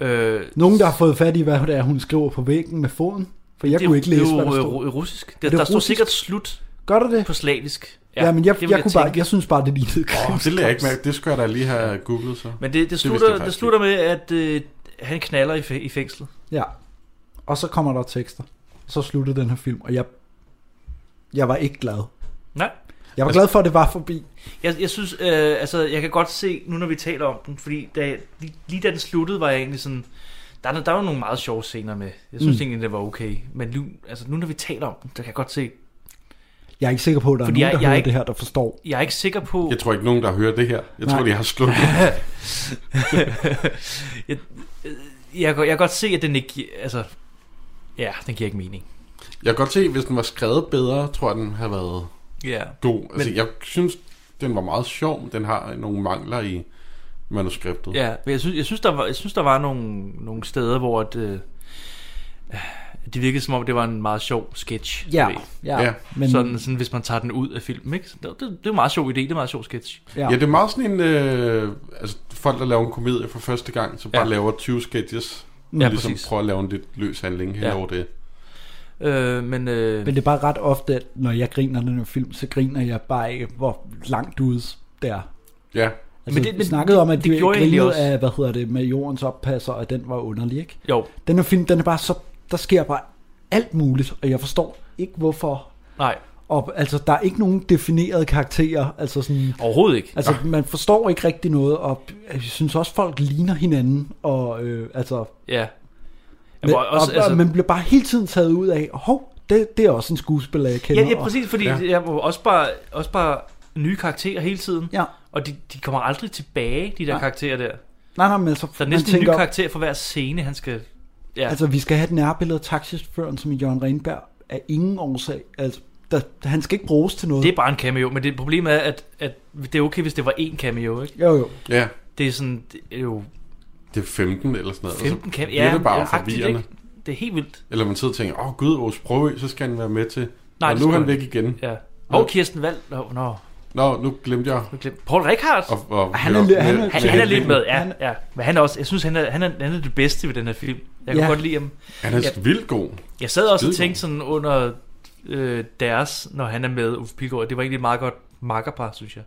C: Øh,
B: Nogen, der har fået fat i, hvad det er, hun skriver på væggen med foden. For jeg
C: det, er-
B: kunne ikke læse,
C: det er
B: hvad
C: jo
B: der
C: øh,
B: stod.
C: ru- russisk.
B: Er
C: Der,
B: det
C: der står
B: russisk?
C: sikkert slut
B: Gør der det?
C: på slavisk.
B: Ja, men jeg,
C: det
B: jeg,
C: vil
B: jeg, kunne bare,
C: tænke.
B: jeg synes bare, det lignede
D: Oh, det lader jeg ikke mærke. Det skal jeg da lige have googlet så.
C: Men det, det,
D: vidste jeg
C: slutter, det, det
D: faktisk
C: slutter med, at øh, han knaller i, fæ- i fængslet.
B: Ja. Og så kommer der tekster. Så sluttede den her film, og jeg, jeg var ikke glad.
C: Nej.
B: Jeg
C: Altså-
B: var glad for, at det var forbi.
C: Jeg, jeg synes, øh, altså, jeg kan godt se, nu når vi taler om den, fordi da, jeg- lige, lige da den sluttede, var jeg egentlig sådan, der, er- der var nogle meget sjove scener med. Jeg synes
B: Mm.
C: mm. egentlig, det var okay. Men nu, altså, nu når vi taler om den, der kan jeg godt se,
B: Jeg er ikke sikker på, at der
C: Fordi
B: er nogen,
C: jeg-
B: der
C: jeg er
B: hører
C: ikke-
B: det her, der forstår.
C: jeg er ikke sikker på...
D: Jeg tror ikke nogen, der hører det her. Jeg tror,
B: Nej.
D: de har slukket.
C: jeg, jeg, jeg, kan- jeg kan godt se, at den ikke... gi- Altså, ja, den giver ikke mening.
D: Jeg kan godt se, hvis den var skrevet bedre, tror jeg, den havde været
C: Ja.
D: god. Altså,
C: Men-
D: men... jeg synes, den var meget sjov. men Den har nogle mangler i manuskriptet.
C: Ja, men jeg synes, jeg synes, der, var, jeg synes der var nogle, nogle steder, hvor at, øh, det virkede som om, det var en meget sjov sketch.
B: Ja,
C: du ved.
B: ja, Ja. men-
C: Sådan, sådan, hvis man tager den ud af filmen, ikke? Så Det, det, det er en meget sjov idé, det er en meget sjov sketch.
D: Ja. ja, det er meget sådan en... Øh, altså, folk, der laver en komedie for første gang, så bare
C: Ja.
D: ja. laver 20 sketches.
B: Mm.
C: Ja,
D: Ja, ligesom
C: præcis.
D: prøver at lave en lidt løs handling hen
C: Ja.
D: ja. over det.
C: Øh, men, øh,
B: Men altså, det er bare ret ofte, at når jeg griner den her film, så griner jeg bare af, hvor langt ude det er.
D: Ja.
B: Altså, men det, men, vi snakkede om, at det, det grinede af, hvad hedder det, med jordens oppasser, og den var underlig, ikke?
C: Jo.
B: Den her film, den er bare så, der sker bare alt muligt, og jeg forstår ikke, hvorfor.
C: Nej.
B: Og altså, der er ikke nogen definerede karakterer, altså sådan...
C: Overhovedet ikke.
B: Altså,
C: Nej.
B: man forstår ikke rigtig noget, og jeg synes også, folk ligner hinanden, og øh, altså...
C: Ja.
B: Men,
C: hvor
B: også, og, altså... og man bliver bare hele tiden taget ud af, hov, det, det er også en skuespiller, jeg kender.
C: Ja, ja
B: og-
C: præcis, fordi ja. jeg var også bare, også bare nye karakterer hele tiden.
B: Ja.
C: Og de, de kommer aldrig tilbage, de der
B: Nej.
C: karakterer der.
B: Nej, nej, men altså,
C: Der
B: man
C: er næsten en ny
B: tænker-
C: karakter for hver scene, han skal... Ja.
B: Ja. Altså, vi skal have et nærbillede af taxichaufføren, som i Jørgen Renberg, af ingen årsag. Altså, der, han skal ikke bruges til noget.
C: Det er bare en cameo, men det problemet er, at, at det er okay, hvis det var én cameo, ikke?
B: Jo, jo.
D: Ja.
C: Det er sådan, det er jo
D: Det er 15 eller sådan noget.
C: 15
D: og så
C: kan-
D: bliver
C: ja,
D: Altså, det bare
C: ja, agtigt,
D: forvirrende.
C: ikke? Det er helt vildt.
D: Eller man sidder og tænker, åh oh, gud, Ås Prøvø, så skal han være med til.
C: Nej,
D: Nej,
C: det
D: og nu er
C: skal
D: han
C: han
D: væk igen.
C: Ja. Og Kirsten Wald. Nå, nå.
D: Nå, nu glemte jeg.
C: Nu glemte Paul Rickhardt.
D: Og, og,
C: han, er,
D: Jørgen-
C: han, han,
D: med-
C: han, han er lidt med, ja,
D: Han,
C: ja. Men han er også, jeg synes, han er, han er, han er det bedste ved den her film. Jeg kan
D: Ja.
C: godt lide ham.
D: Han er
C: jeg,
D: vildt god.
C: Jeg sad også og
D: Skidegod.
C: tænkte sådan under øh, deres, når han er med Uffe Pilgaard, at det var egentlig et meget godt makkerpar, synes jeg.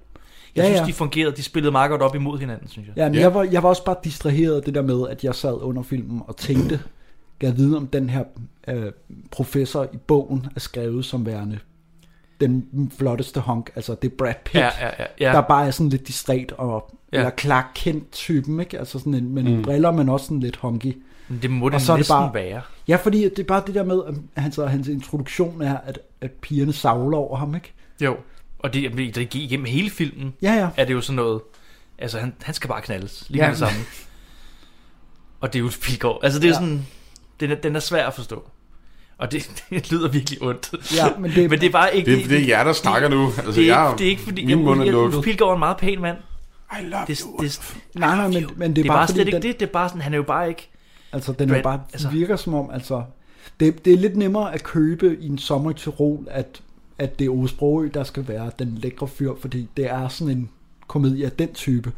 C: Jeg
B: Ja,
C: synes,
B: ja.
C: de fungerede, de spillede meget godt op imod hinanden, synes jeg.
B: Ja, men jeg, var, jeg var også bare distraheret af det der med, at jeg sad under filmen og tænkte, jeg vide om den her øh, professor i bogen er skrevet som værende den flotteste honk, altså det er Brad Pitt,
C: Ja, ja, ja, ja.
B: der bare er sådan lidt distræt og
C: Ja.
B: ja. eller Clark Kent typen, ikke? Altså sådan en, med nogle
C: Mm.
B: briller, men også sådan lidt honky.
C: Men det må
B: Og
C: det
B: så er
C: næsten
B: bare,
C: være.
B: Ja, fordi det er bare det der med, at hans, hans introduktion er, at, at pigerne savler over ham, ikke?
C: Jo, og det, jamen, det gik igennem hele filmen.
B: Ja, ja.
C: Er det jo sådan noget, altså han, han skal bare knaldes, lige
B: Ja.
C: med det samme. og det er jo et pilgård. Altså det er ja.
B: Ja.
C: sådan, den er, den er svær at forstå. Og det, det lyder virkelig ondt.
B: Ja, men det-
C: men det er bare ikke...
D: Det er- det er jer, der snakker nu. Altså,
C: det, er ikke,
D: jeg-
C: det er ikke fordi...
D: min
C: Jamen,
D: mund er
C: jeg-
D: lukket.
C: Ulf Pilgaard er en meget pæn mand.
D: I love
C: det, you, det,
B: Nej, nej, men, men
C: det,
B: det
C: er bare,
B: fordi
C: slet ikke
B: den-
C: det. Det er bare sådan, han er jo bare ikke...
B: Altså, den er
C: Brad-
B: jo bare altså. virker som om, altså, det, det er lidt nemmere at købe i en sommer i Tirol, at at det er Ove Sprogø, der skal være den lækre fyr, fordi det er sådan en komedie af den type.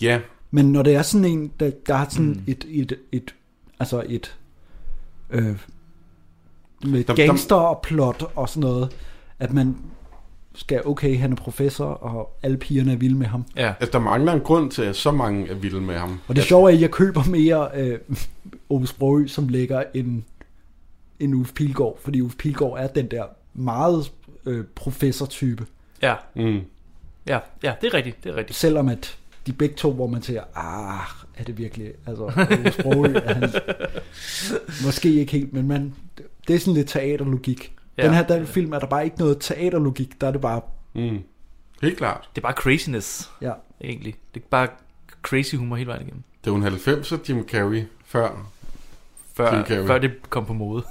D: Ja.
B: Men når det er sådan en, der, der har sådan mm. et, et, et, altså et, øh, med
D: Dum, dum.
B: gangster og plot og sådan noget, at man skal, okay, han er professor, og alle pigerne er vilde med ham.
C: Ja.
D: Altså, der mangler en grund til, at så mange er vilde med ham.
B: Og det sjove er, at jeg køber mere øh, Ove Sprogø, som ligger end, end Ulf Pilgaard, fordi Ulf Pilgaard er den der meget øh, professor-type,
C: Ja.
D: Mm.
C: Ja, ja, det er rigtigt, det er rigtigt.
B: selvom at de begge to, hvor man siger, ah, er det virkelig, altså Ove Sprogø, er han, måske ikke helt, men man, det er sådan lidt teaterlogik.
C: Ja.
B: Ja. Den her den film er der bare ikke noget teaterlogik, der er det bare,
D: Mm. Helt klart.
C: Det er bare craziness,
B: ja,
C: egentlig. Det er bare crazy humor hele vejen igennem.
D: Det er jo en 90'er Jim Carrey før,
C: Før,
D: Jim Carrey.
C: før det kom på mode.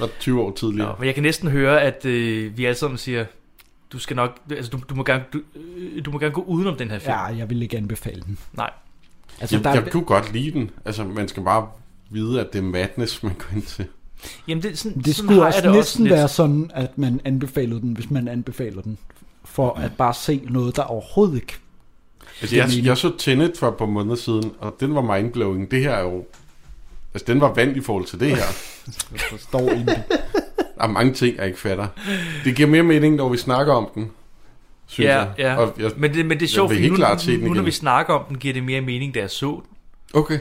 D: og 20 år tidligere.
C: Nå, men jeg kan næsten høre, at øh, vi alle sammen siger, du skal nok, altså du, du, må gerne, du, øh, du må gerne gå udenom den her film.
B: ja, jeg vil ikke anbefale den.
C: Nej.
B: Altså,
D: Jeg,
B: der,
D: jeg kunne godt lide den. Altså, man skal bare vide, at det er madness, man går ind til.
C: Jamen det, er sådan,
B: Det
C: sådan
B: skulle
C: har jeg
B: også
C: det
B: næsten
C: også lidt.
B: være sådan, at man anbefalede den, hvis man anbefaler den, for at bare se noget, der overhovedet ikke...
D: Altså, jeg,
B: mening.
D: jeg så Tenet for et par måneder siden, og den var mindblowing. Det her er jo... Altså, den var vand i forhold til det her.
B: Jeg forstår ikke.
D: Der er mange ting, jeg ikke fatter. Det giver mere mening, når vi snakker om den, synes
C: Ja,
D: jeg.
C: ja.
D: Og jeg
C: men, det, men det er
D: jeg
C: sjovt,
D: vil
C: fordi
D: helt
C: nu,
D: klart se den
C: nu, nu når
D: igen.
C: vi snakker om den, giver det mere mening, da jeg så den.
D: Okay,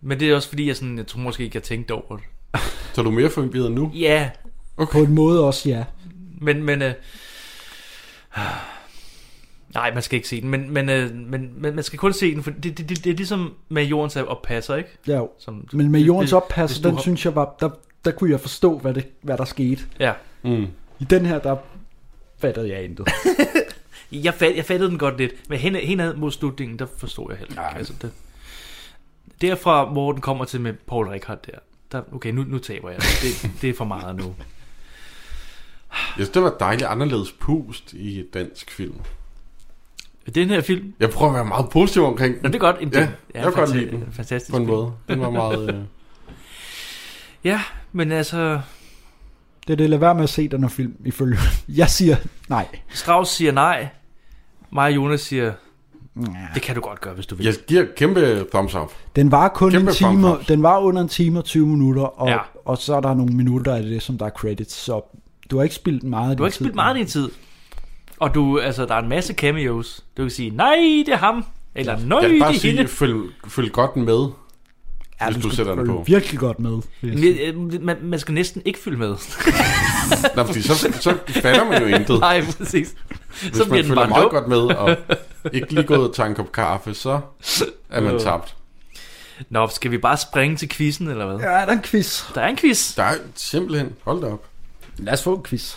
C: Men det er også fordi, jeg, sådan, jeg tror måske ikke, jeg tænkte over det.
D: så er du mere forvirret nu?
C: Ja,
B: På en måde også, ja.
C: men... men øh, nej, man skal ikke se den, men, men, øh, men, men man skal kun se den, for det, det, det, det er ligesom med jordens oppasser, ikke?
B: ja jo.
C: Som,
B: Men med jordens
C: hvis
B: oppasser,
C: du
B: den
C: har-
B: synes jeg var... Der, der kunne jeg forstå, hvad, det, hvad der skete.
C: Ja,
D: Mm.
B: I den her, der fattede jeg intet.
C: jeg, fat, jeg fattede den godt lidt, men hen, henad mod slutningen, der forstod jeg heller ikke. Altså, det, derfra, hvor den kommer til med Paul Rickard der, der okay, nu, nu taber jeg. Det, det er for meget nu.
D: Jeg synes, det var et dejligt anderledes pust i et dansk film.
C: Den her film,
D: Jeg prøver at være meget positiv omkring den.
C: Nå, det er godt. Jamen,
D: Ja,
C: det-
D: jeg kan godt
C: fanta-
D: lide den.
C: Fantastisk.
D: På en
C: film.
D: måde. Den var meget... Øh...
C: Ja, men altså,
B: Det er det, lad være med at se den her film, ifølge... Jeg siger nej.
C: Strauss siger nej. Mig og Jonas siger,
B: Nja.
C: det kan du godt gøre, hvis du vil.
D: Jeg giver kæmpe thumbs up.
B: Den var kun
D: Kæmpe
B: en time,
D: thumbs up.
B: den var under en time og 20 minutter, og,
C: Ja.
B: ja. og så er der nogle minutter af det, som der er credits, så du har ikke spildt meget af
C: Du har ikke spildt meget af din tid. Og du, altså, der er en masse cameos. Du kan sige, nej, det er ham. Eller nej,
D: Jeg
C: det
D: vil bare
C: er
D: sige,
C: hende.
D: følg, følg godt med.
B: Ja,
D: hvis du
B: skal
D: sætter den
B: følge
D: på.
B: virkelig godt med.
C: Men, øh, Man, man skal næsten ikke følge med.
D: Nå, fordi så, så fatter man jo intet.
C: Nej, præcis.
D: Hvis
C: Så
D: man
C: bliver den
D: følger
C: bare
D: meget
C: dum.
D: godt med, og ikke lige gået og tager en kop kaffe, så
C: Øh.
D: er man tabt.
C: Nå, skal vi bare springe til quizzen, eller hvad?
B: Ja, der er en quiz.
C: Der er en quiz.
D: Der er simpelthen... Hold da op.
B: Lad os få en quiz.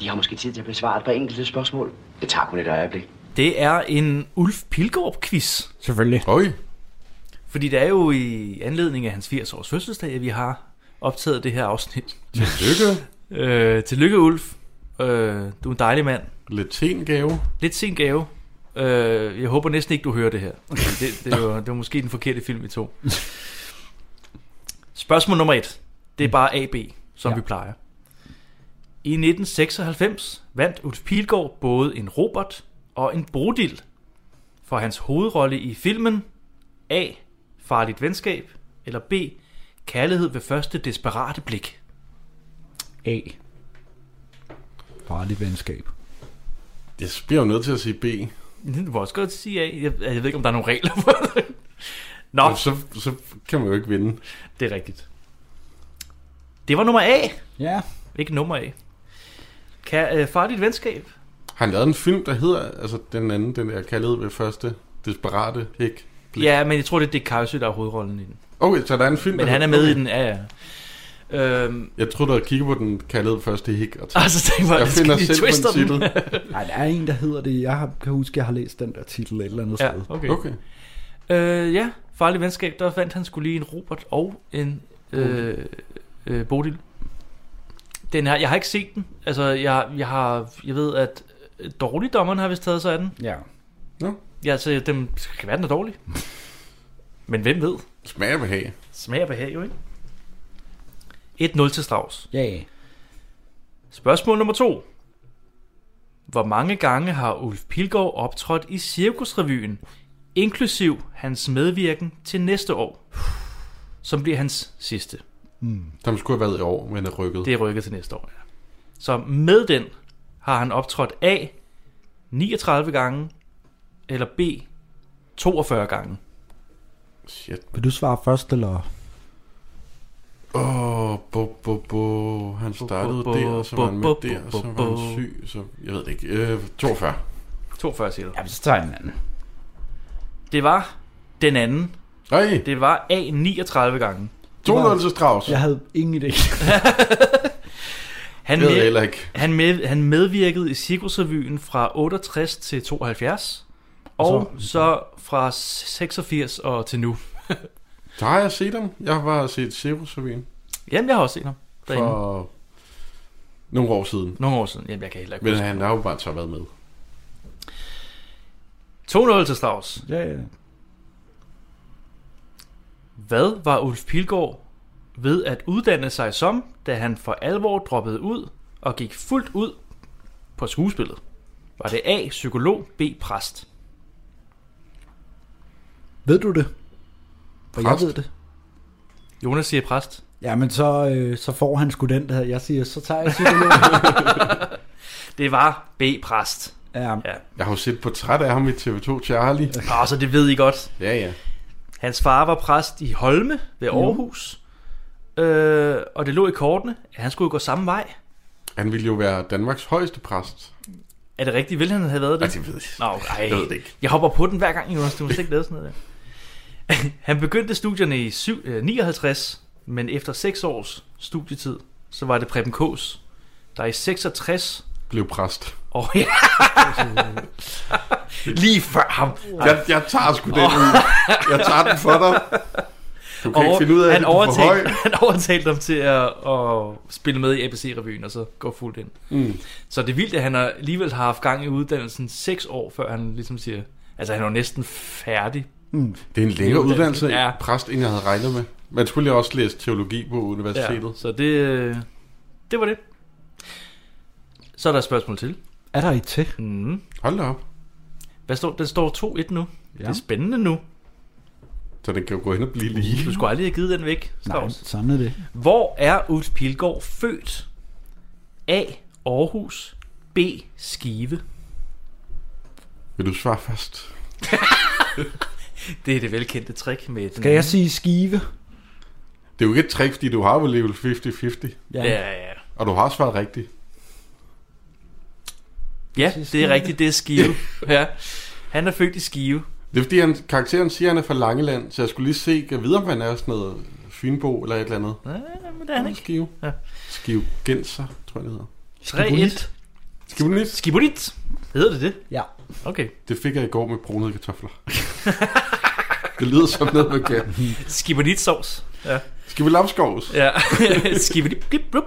J: I har måske tid til at besvare et par enkelte spørgsmål. Det tager kun et øjeblik.
C: Det er en Ulf Pilgaard-quiz.
B: Selvfølgelig.
D: Øj.
C: Fordi det er jo i anledning af hans 80-års fødselsdag, at vi har optaget det her afsnit.
D: Lykke.
C: Øh, tillykke, Ulf. Øh, du er en dejlig mand.
D: Lidt tengave.
C: Lidt sen gave. Øh, jeg håber næsten ikke, du hører det her. Fordi Det, det, var, det var måske den forkerte film, vi tog. Spørgsmål nummer et. Det er bare AB, som ja. vi plejer. I 1996 vandt Ulf Pilgaard både en Robert og en Bodil for hans hovedrolle i filmen A. Farligt venskab eller B. Kærlighed ved første desperate blik.
B: A. Farligt venskab.
D: Jeg bliver jo nødt til at sige B.
C: Du må også godt sige A. Jeg, jeg ved ikke, om der er nogle regler for det. Nå,
D: Og så, så kan man jo ikke vinde.
C: Det er rigtigt. Det var nummer A.
B: Ja.
C: Ikke nummer A. Kan, øh, farligt venskab.
D: Har han lavet en film, der hedder... Altså den anden, den der kaldet ved første desperate pik.
C: Ja, men jeg tror, det er Dick Kajsø, der er hovedrollen i den.
D: Okay, så der er en film,
C: Men
D: der
C: han er
D: hedder-
C: med i
D: okay.
C: den, ja, ja. Øhm,
D: Jeg tror, der kigger på den kaldet første hik. Og tænker,
C: altså, det var,
D: jeg finder selv
C: twister
D: på en titel.
C: den.
B: Nej, der er en, der hedder det. Jeg har, kan huske, jeg har læst den der titel et eller andet
C: ja,
B: sted.
C: okay.
D: Okay.
C: Øh, ja, farligt venskab, der fandt han skulle lige en Robert og en øh, øh, Bodil. Den her, jeg har ikke set den. Altså, jeg, jeg, har, jeg ved, at øh, dårligdommeren har vist taget sig af den.
B: Ja.
D: Nå.
C: Ja, altså, den kan være, den er dårlig. Men hvem ved?
D: Smag og behag.
C: Smag og behag, jo ikke? 1-0 til Strauss.
B: Ja, ja.
C: Spørgsmål nummer to. Hvor mange gange har Ulf Pilgaard optrådt i Cirkusrevyen, inklusiv hans medvirken til næste år, som bliver hans sidste?
D: Mm. Som skulle have været i år, men er rykket.
C: Det er rykket til næste år, ja. Så med den har han optrådt A 39 gange, eller B 42 gange.
D: Shit.
B: Vil du svare først, eller?
D: Åh, oh, bo, bo, bo. Han startede
C: bo,
D: bo, der, og så
C: bo,
D: var han med
C: bo,
D: der,
C: bo,
D: og så
C: bo,
D: var
C: bo.
D: han syg, så jeg ved det ikke. Øh, 42.
C: 42 siger du.
L: Jamen, så tager jeg den anden.
C: Det var den anden.
D: Nej.
C: Det var A 39 gange.
D: 2-0 til Strauss.
B: Jeg havde ingen idé.
C: Han,
D: Det ved jeg heller ikke.
C: han, med, han medvirkede i Cirkusrevyen fra 68 til 72, og så, så fra 86 og til nu.
D: Der har jeg set ham. Jeg har bare set Cirkusrevyen
C: Jamen, jeg har også set ham derinde. For...
D: for nogle år siden.
C: Nogle år siden. Jamen, jeg kan heller ikke
D: Men
C: huske.
D: han har jo bare så været med.
C: 2-0 til Strauss.
B: Ja, ja.
C: Hvad var Ulf Pilgaard ved at uddanne sig som, da han for alvor droppede ud og gik fuldt ud på skuespillet? Var det A. Psykolog, B. Præst?
B: Ved du det? For
C: Præst.
B: jeg ved det.
C: Jonas siger præst.
B: Ja, men så, øh, så får han sgu den der. Jeg siger, så tager jeg psykolog.
C: Det var B. Præst.
B: ja,
D: Jeg har jo set portræt af ham i TV2 Charlie.
C: Nå, så det ved I godt.
D: Ja, ja.
C: Hans far var præst i Holme ved Aarhus. Øh, og det lå i kortene, at han skulle gå samme vej.
D: Han ville jo være Danmarks højeste præst.
C: Er det rigtigt? Ville han have været det?
D: Ej, det ved jeg.
C: Nå, ej.
D: Altså, Jeg ved det ikke.
C: Jeg hopper på den hver gang, Jonas. Du må slet ikke lave sådan noget der. Han begyndte studierne i syv- øh, 59, men efter 6 års studietid, så var det Preben Kås, der i 66...
D: Blev præst.
C: Åh, oh, ja. Lige før ham.
D: Jeg, jeg tager sgu den ud. Jeg tager den for dig. Du kan ikke finde ud af,
C: han,
D: at du er for høj.
C: overtalte, han overtalte dem til at, at spille med i ABC-revyen, og så gå fuldt ind.
D: Mm.
C: Så det er vildt, at han har- alligevel har haft gang i uddannelsen 6 år, før han ligesom siger... Altså, han var næsten færdig.
B: Mm.
D: Det er en længere
C: Uddannelse.
D: uddannelse,
C: Ja.
D: ja. præst, end jeg havde regnet med. Man skulle jo også læse teologi på universitetet.
C: så det, øh, det var det. Så er der et spørgsmål til.
B: Er der et til?
C: Mm.
D: Hold da op.
C: Hvad står, den står 2-1 nu. Ja.
B: Ja.
C: Det er spændende nu.
D: Så den kan jo gå hen og blive lige.
C: Du skulle aldrig have givet den væk,
B: Nej,
C: Stavs.
B: samlede det.
C: Hvor er Ulf Pilgaard født? A. Aarhus. B. Skive.
D: Vil du svare først?
C: Det er det velkendte trick med den
B: Skal jeg sige skive?
D: Det er jo ikke et trick, fordi du har jo level 50-50.
C: Ja, ja, ja.
D: Og du har svaret rigtigt.
C: ja det er rigtigt, det er Skive. ja. Han er født i Skive.
D: Det er fordi, han, karakteren siger, at han er fra Langeland, så jeg skulle lige se, jeg vide, om han er sådan noget Fynbo eller et eller andet.
C: Ja, men det er han ikke.
D: Skive.
C: Ja.
D: Skive Genser, tror jeg, det hedder.
C: 3-1.
D: Skive
C: Skibonit. Hedder det det?
B: Ja.
C: Okay.
D: Det fik jeg i går med brunede kartofler. det lyder som noget, man kan.
C: Skibonit sovs. Ja.
D: Skive Lapskovs.
C: Ja. Skibidip, dip, blup.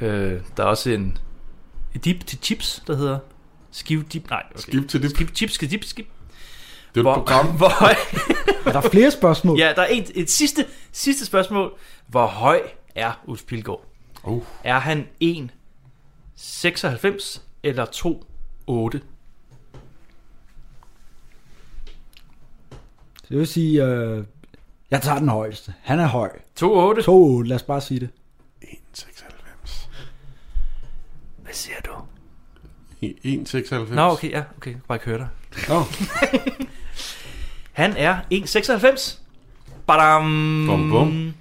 C: Øh, der er også en en dip til chips, der hedder Skiv dip, nej. Okay.
D: Skive til det.
C: Skib, chips, skib, dip, skib.
D: Det er et program.
C: hvor,
B: Er der flere spørgsmål?
C: ja, der er et, et sidste, sidste spørgsmål. Hvor høj er Ulf Pilgaard?
D: Oh.
C: Er han 1, 96 eller 2, 8?
B: Det vil sige, øh, jeg tager den højeste. Han er høj.
C: 2, 8?
B: 2, lad os bare sige det.
D: 1,96.
C: Hvad siger du?
D: 1,96.
C: Nå, okay, ja, okay. Jeg kan bare ikke høre dig.
D: Nå,
C: Han er 1,96. Badam.
D: bum, bum.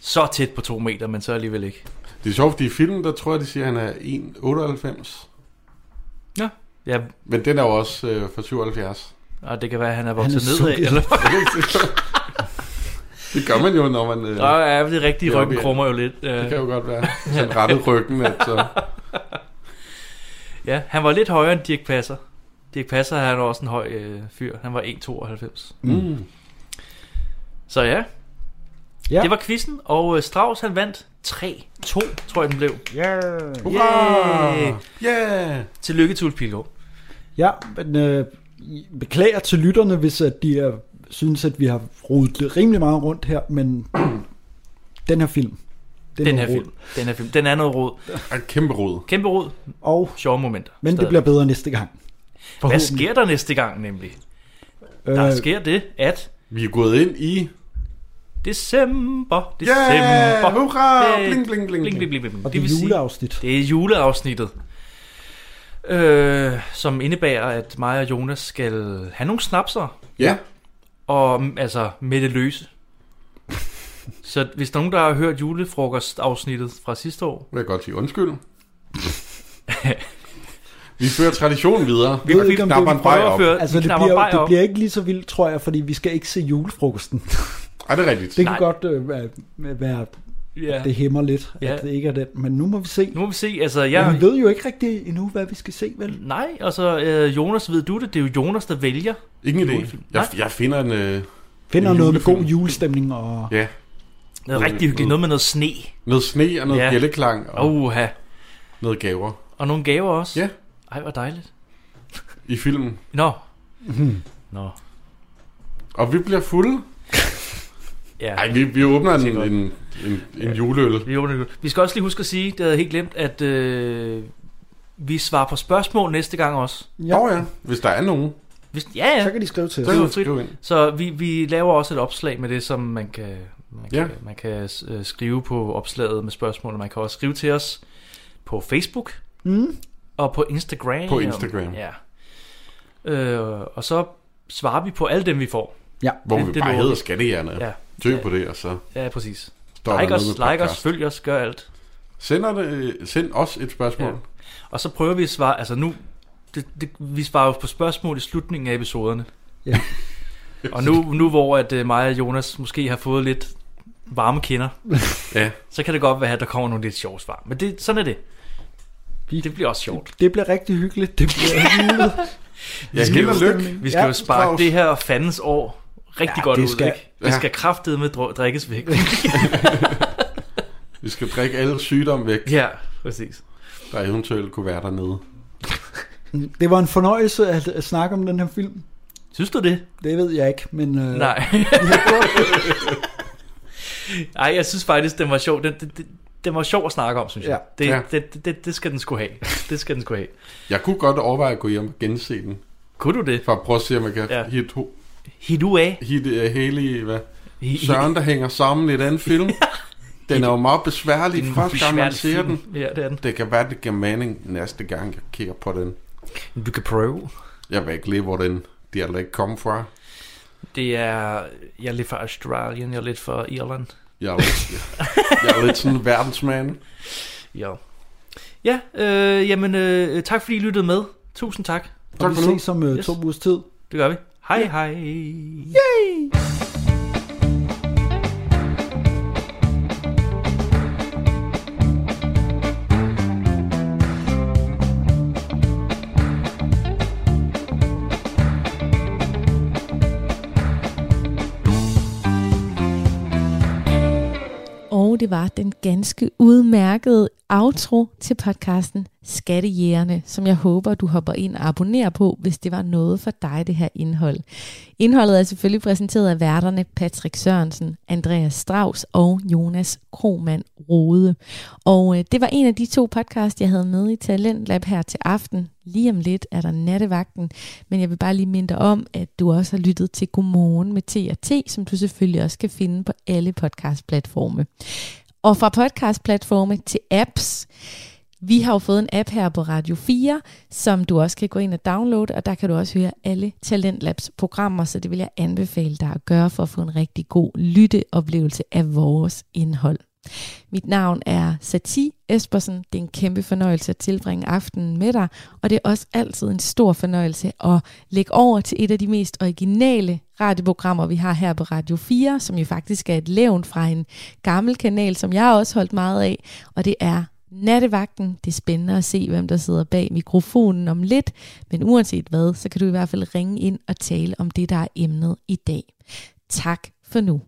C: Så tæt på 2 meter, men så alligevel ikke.
D: Det er sjovt, fordi i filmen, der tror jeg, de siger, at han er 1,98.
C: Ja. Ja,
D: Men den er jo også øh, fra 77.
C: og det kan være, at han er vokset
B: Han er sunket.
C: nedad. Eller...
D: Det gør man jo, når man... Øh,
C: Nå, Ah, ja, det er rigtigt.
D: Ja,
C: Ryggen
D: ja.
C: krummer jo lidt.
D: det
C: Øh,
D: kan jo godt være. Hvis han rettede ryggen, at så...
C: Ja, han var lidt højere end Dirk Passer. Dirk Passer han var også en høj øh, fyr. Han var 1,92.
B: Mm.
C: Så ja.
B: Ja.
C: ja. Det var quizzen, og øh, Strauss han vandt 3-2, tror jeg den blev.
B: Yeah.
D: Hurra!
C: Yeah.
D: Yeah.
C: Tillykke til Ulf Pilgaard.
B: Ja, men øh, beklager til lytterne, hvis at de er, synes, at vi har rodet rimelig meget rundt her, men den her film.
C: Den, den
B: er
C: her
B: noget
C: film. Den her film. Den er noget rod.
D: Kæmpe rod.
C: Kæmpe rod.
B: Og
C: sjove momenter.
B: Men det
C: Stadig.
B: bliver bedre næste gang.
C: Hvad sker der næste gang nemlig? Der
B: Øh.
C: sker det, at...
D: Vi er gået ind i...
C: December,
D: Ja,
C: december.
D: hurra,
C: Det-
D: bling, bling, bling,
C: bling, bling, bling, bling.
B: Og det er
C: vil sige,
B: juleafsnit.
C: Det er juleafsnittet. Øh, som indebærer, at mig og Jonas skal have nogle snapser.
D: Ja.
C: Og mm, altså med det løse. Så hvis der er nogen, der har hørt julefrokostafsnittet fra sidste år,
D: Vil jeg godt sige undskyld. vi fører traditionen videre.
C: Vi ved ikke, om det-
D: knapper en
C: vi prøver
D: bajer
C: at
D: op.
C: føre-
B: Altså,
C: Vi
B: det
C: knapper
B: bliver,
C: bare
B: det
C: op.
B: bliver ikke lige så vildt, tror jeg, fordi vi skal ikke se julefrokosten.
D: Ej, det er rigtigt.
B: Det kan
C: Nej.
B: godt øh, være, være
C: Ja.
B: at det hæmmer lidt,
C: Ja.
B: at det ikke er den. Men nu må vi se.
C: Nu må vi se, altså
B: Ja.
C: jeg...
B: Men vi ved jo ikke rigtigt endnu, hvad vi skal se, vel?
C: Nej, altså øh, Jonas, ved du det? Det er jo Jonas, der vælger.
D: Ingen idé.
C: Julefilm.
D: Jeg,
C: Nej.
D: jeg finder en... Øh,
B: Finder
D: en
B: noget med god
D: julefilm.
B: julestemning og...
D: Ja.
C: Noget rigtig hyggeligt,
B: Øh,
C: noget med noget sne.
D: Noget sne og noget
C: Ja.
D: ja. bjælleklang og
C: Uha.
D: noget gaver.
C: Og nogle gaver også.
D: Ja.
C: Ej, hvor dejligt.
D: I filmen.
C: Nå.
B: Mhm.
C: Nå.
D: Og vi bliver fulde.
C: Ja.
D: Ej, vi, vi åbner en, en, en, en juleøl.
C: Vi, åbner nu. vi skal også lige huske at sige, det havde jeg helt glemt, at øh, vi svarer på spørgsmål næste gang også.
D: Ja. Oh, ja. Hvis der er nogen.
C: Hvis, ja, ja.
B: Så kan de skrive til
D: Så
B: os.
D: kan
C: jo
D: du skrive ind.
C: Så vi, vi laver også et opslag med det, som man kan, man kan,
D: Ja.
C: man kan øh, skrive på opslaget med spørgsmål, og man kan også skrive til os på Facebook
B: Mm.
C: og på Instagram.
D: På Instagram.
C: Ja. Øh, og så svarer vi på alle dem, vi får.
B: Ja.
D: Hvor
C: Det-
D: vi
C: det
D: bare
C: lover
D: hedder
C: vi.
D: skattejerne.
C: Ja.
D: Søg på det, og så
C: Ja, præcis.
D: står der
C: like
D: noget
C: os,
D: med
C: like os,
D: podcast.
C: følg os, gør alt.
D: Sender det, send os et spørgsmål. Ja.
C: Og så prøver vi at svare, altså nu, det, det, vi svarer jo på spørgsmål i slutningen af episoderne.
B: Ja.
C: Og nu, nu hvor at øh, mig og Jonas måske har fået lidt varme kinder,
D: Ja.
C: så kan det godt være, at der kommer nogle lidt sjove svar. Men det, sådan er det.
B: Vi-
C: Det bliver også sjovt.
B: Det bliver rigtig hyggeligt. Det bliver julet.
D: Jeg held og lykke.
C: Vi skal
B: Ja,
C: ja, jo sparke
D: Claus.
C: det her fandens år rigtig
B: Ja,
C: godt
B: det
C: ud,
B: skal-
C: ikke? Det
D: ja.
C: skal kraftedeme dro- drikkes væk.
D: Vi skal drikke alle sygdomme væk,
C: ja, præcis.
D: der eventuelt kunne være dernede.
B: Det var en fornøjelse at, at snakke om den her film.
C: Synes du det?
B: Det ved jeg ikke, men... Øh,
C: Nej. Nej, jeg synes faktisk, den var sjov. Den, den, den, den var sjov at snakke om, synes jeg.
B: Ja.
C: Det,
D: Ja.
C: det, det, det, det skal den skulle have. Det skal den skulle have.
D: Jeg kunne godt overveje at gå hjem og gense den.
C: Kunne du det?
D: For at prøve at se, om jeg kan
C: Ja.
D: ja. hit, ho-
C: Hit du af.
D: hit uh, hele i, hvad?
C: Hi- hi-
D: Søren, der hænger sammen i den film. Den er jo meget besværlig,
C: en
D: første gang man
C: besværlig
D: ser
C: film.
D: den.
C: Ja, det er den.
D: Det kan være, det giver mening næste gang, jeg kigger på den.
C: Du kan prøve.
D: Jeg ved ikke lige, hvor den dialekt kommer fra.
C: Det er... Jeg er lidt fra Australien, jeg er lidt fra Irland.
D: Jeg er lidt, jeg er lidt sådan en verdensmand.
C: Ja. Ja, øh, jamen øh, tak fordi I lyttede med. Tusind tak.
B: Og
D: Tak
B: vi
D: for nu.
B: ses om øh,
C: Yes.
B: to ugers tid.
C: Det gør vi. Hej ja. hej. Yay!
A: Og det var den ganske udmærkede outro til podcasten Skattejægerne, som jeg håber, du hopper ind og abonnerer på, hvis det var noget for dig, det her indhold. Indholdet er selvfølgelig præsenteret af værterne Patrick Sørensen, Andreas Strauss og Jonas Kromand Rode. Og øh, det var en af de to podcast, jeg havde med i Talentlab her til aften. Lige om lidt er der nattevagten, men jeg vil bare lige minde dig om, at du også har lyttet til Godmorgen med T&T, som du selvfølgelig også kan finde på alle podcastplatforme. Og fra podcastplatforme til apps. Vi har jo fået en app her på Radio 4, som du også kan gå ind og downloade, og der kan du også høre alle Talentlabs programmer, så det vil jeg anbefale dig at gøre for at få en rigtig god lytteoplevelse af vores indhold. Mit navn er Sati Espersen. Det er en kæmpe fornøjelse at tilbringe aftenen med dig, og det er også altid en stor fornøjelse at lægge over til et af de mest originale radioprogrammer, vi har her på Radio 4, som jo faktisk er et levn fra en gammel kanal, som jeg også holdt meget af, og det er Nattevagten, det er spændende at se, hvem der sidder bag mikrofonen om lidt, men uanset hvad, så kan du i hvert fald ringe ind og tale om det, der er emnet i dag. Tak for nu.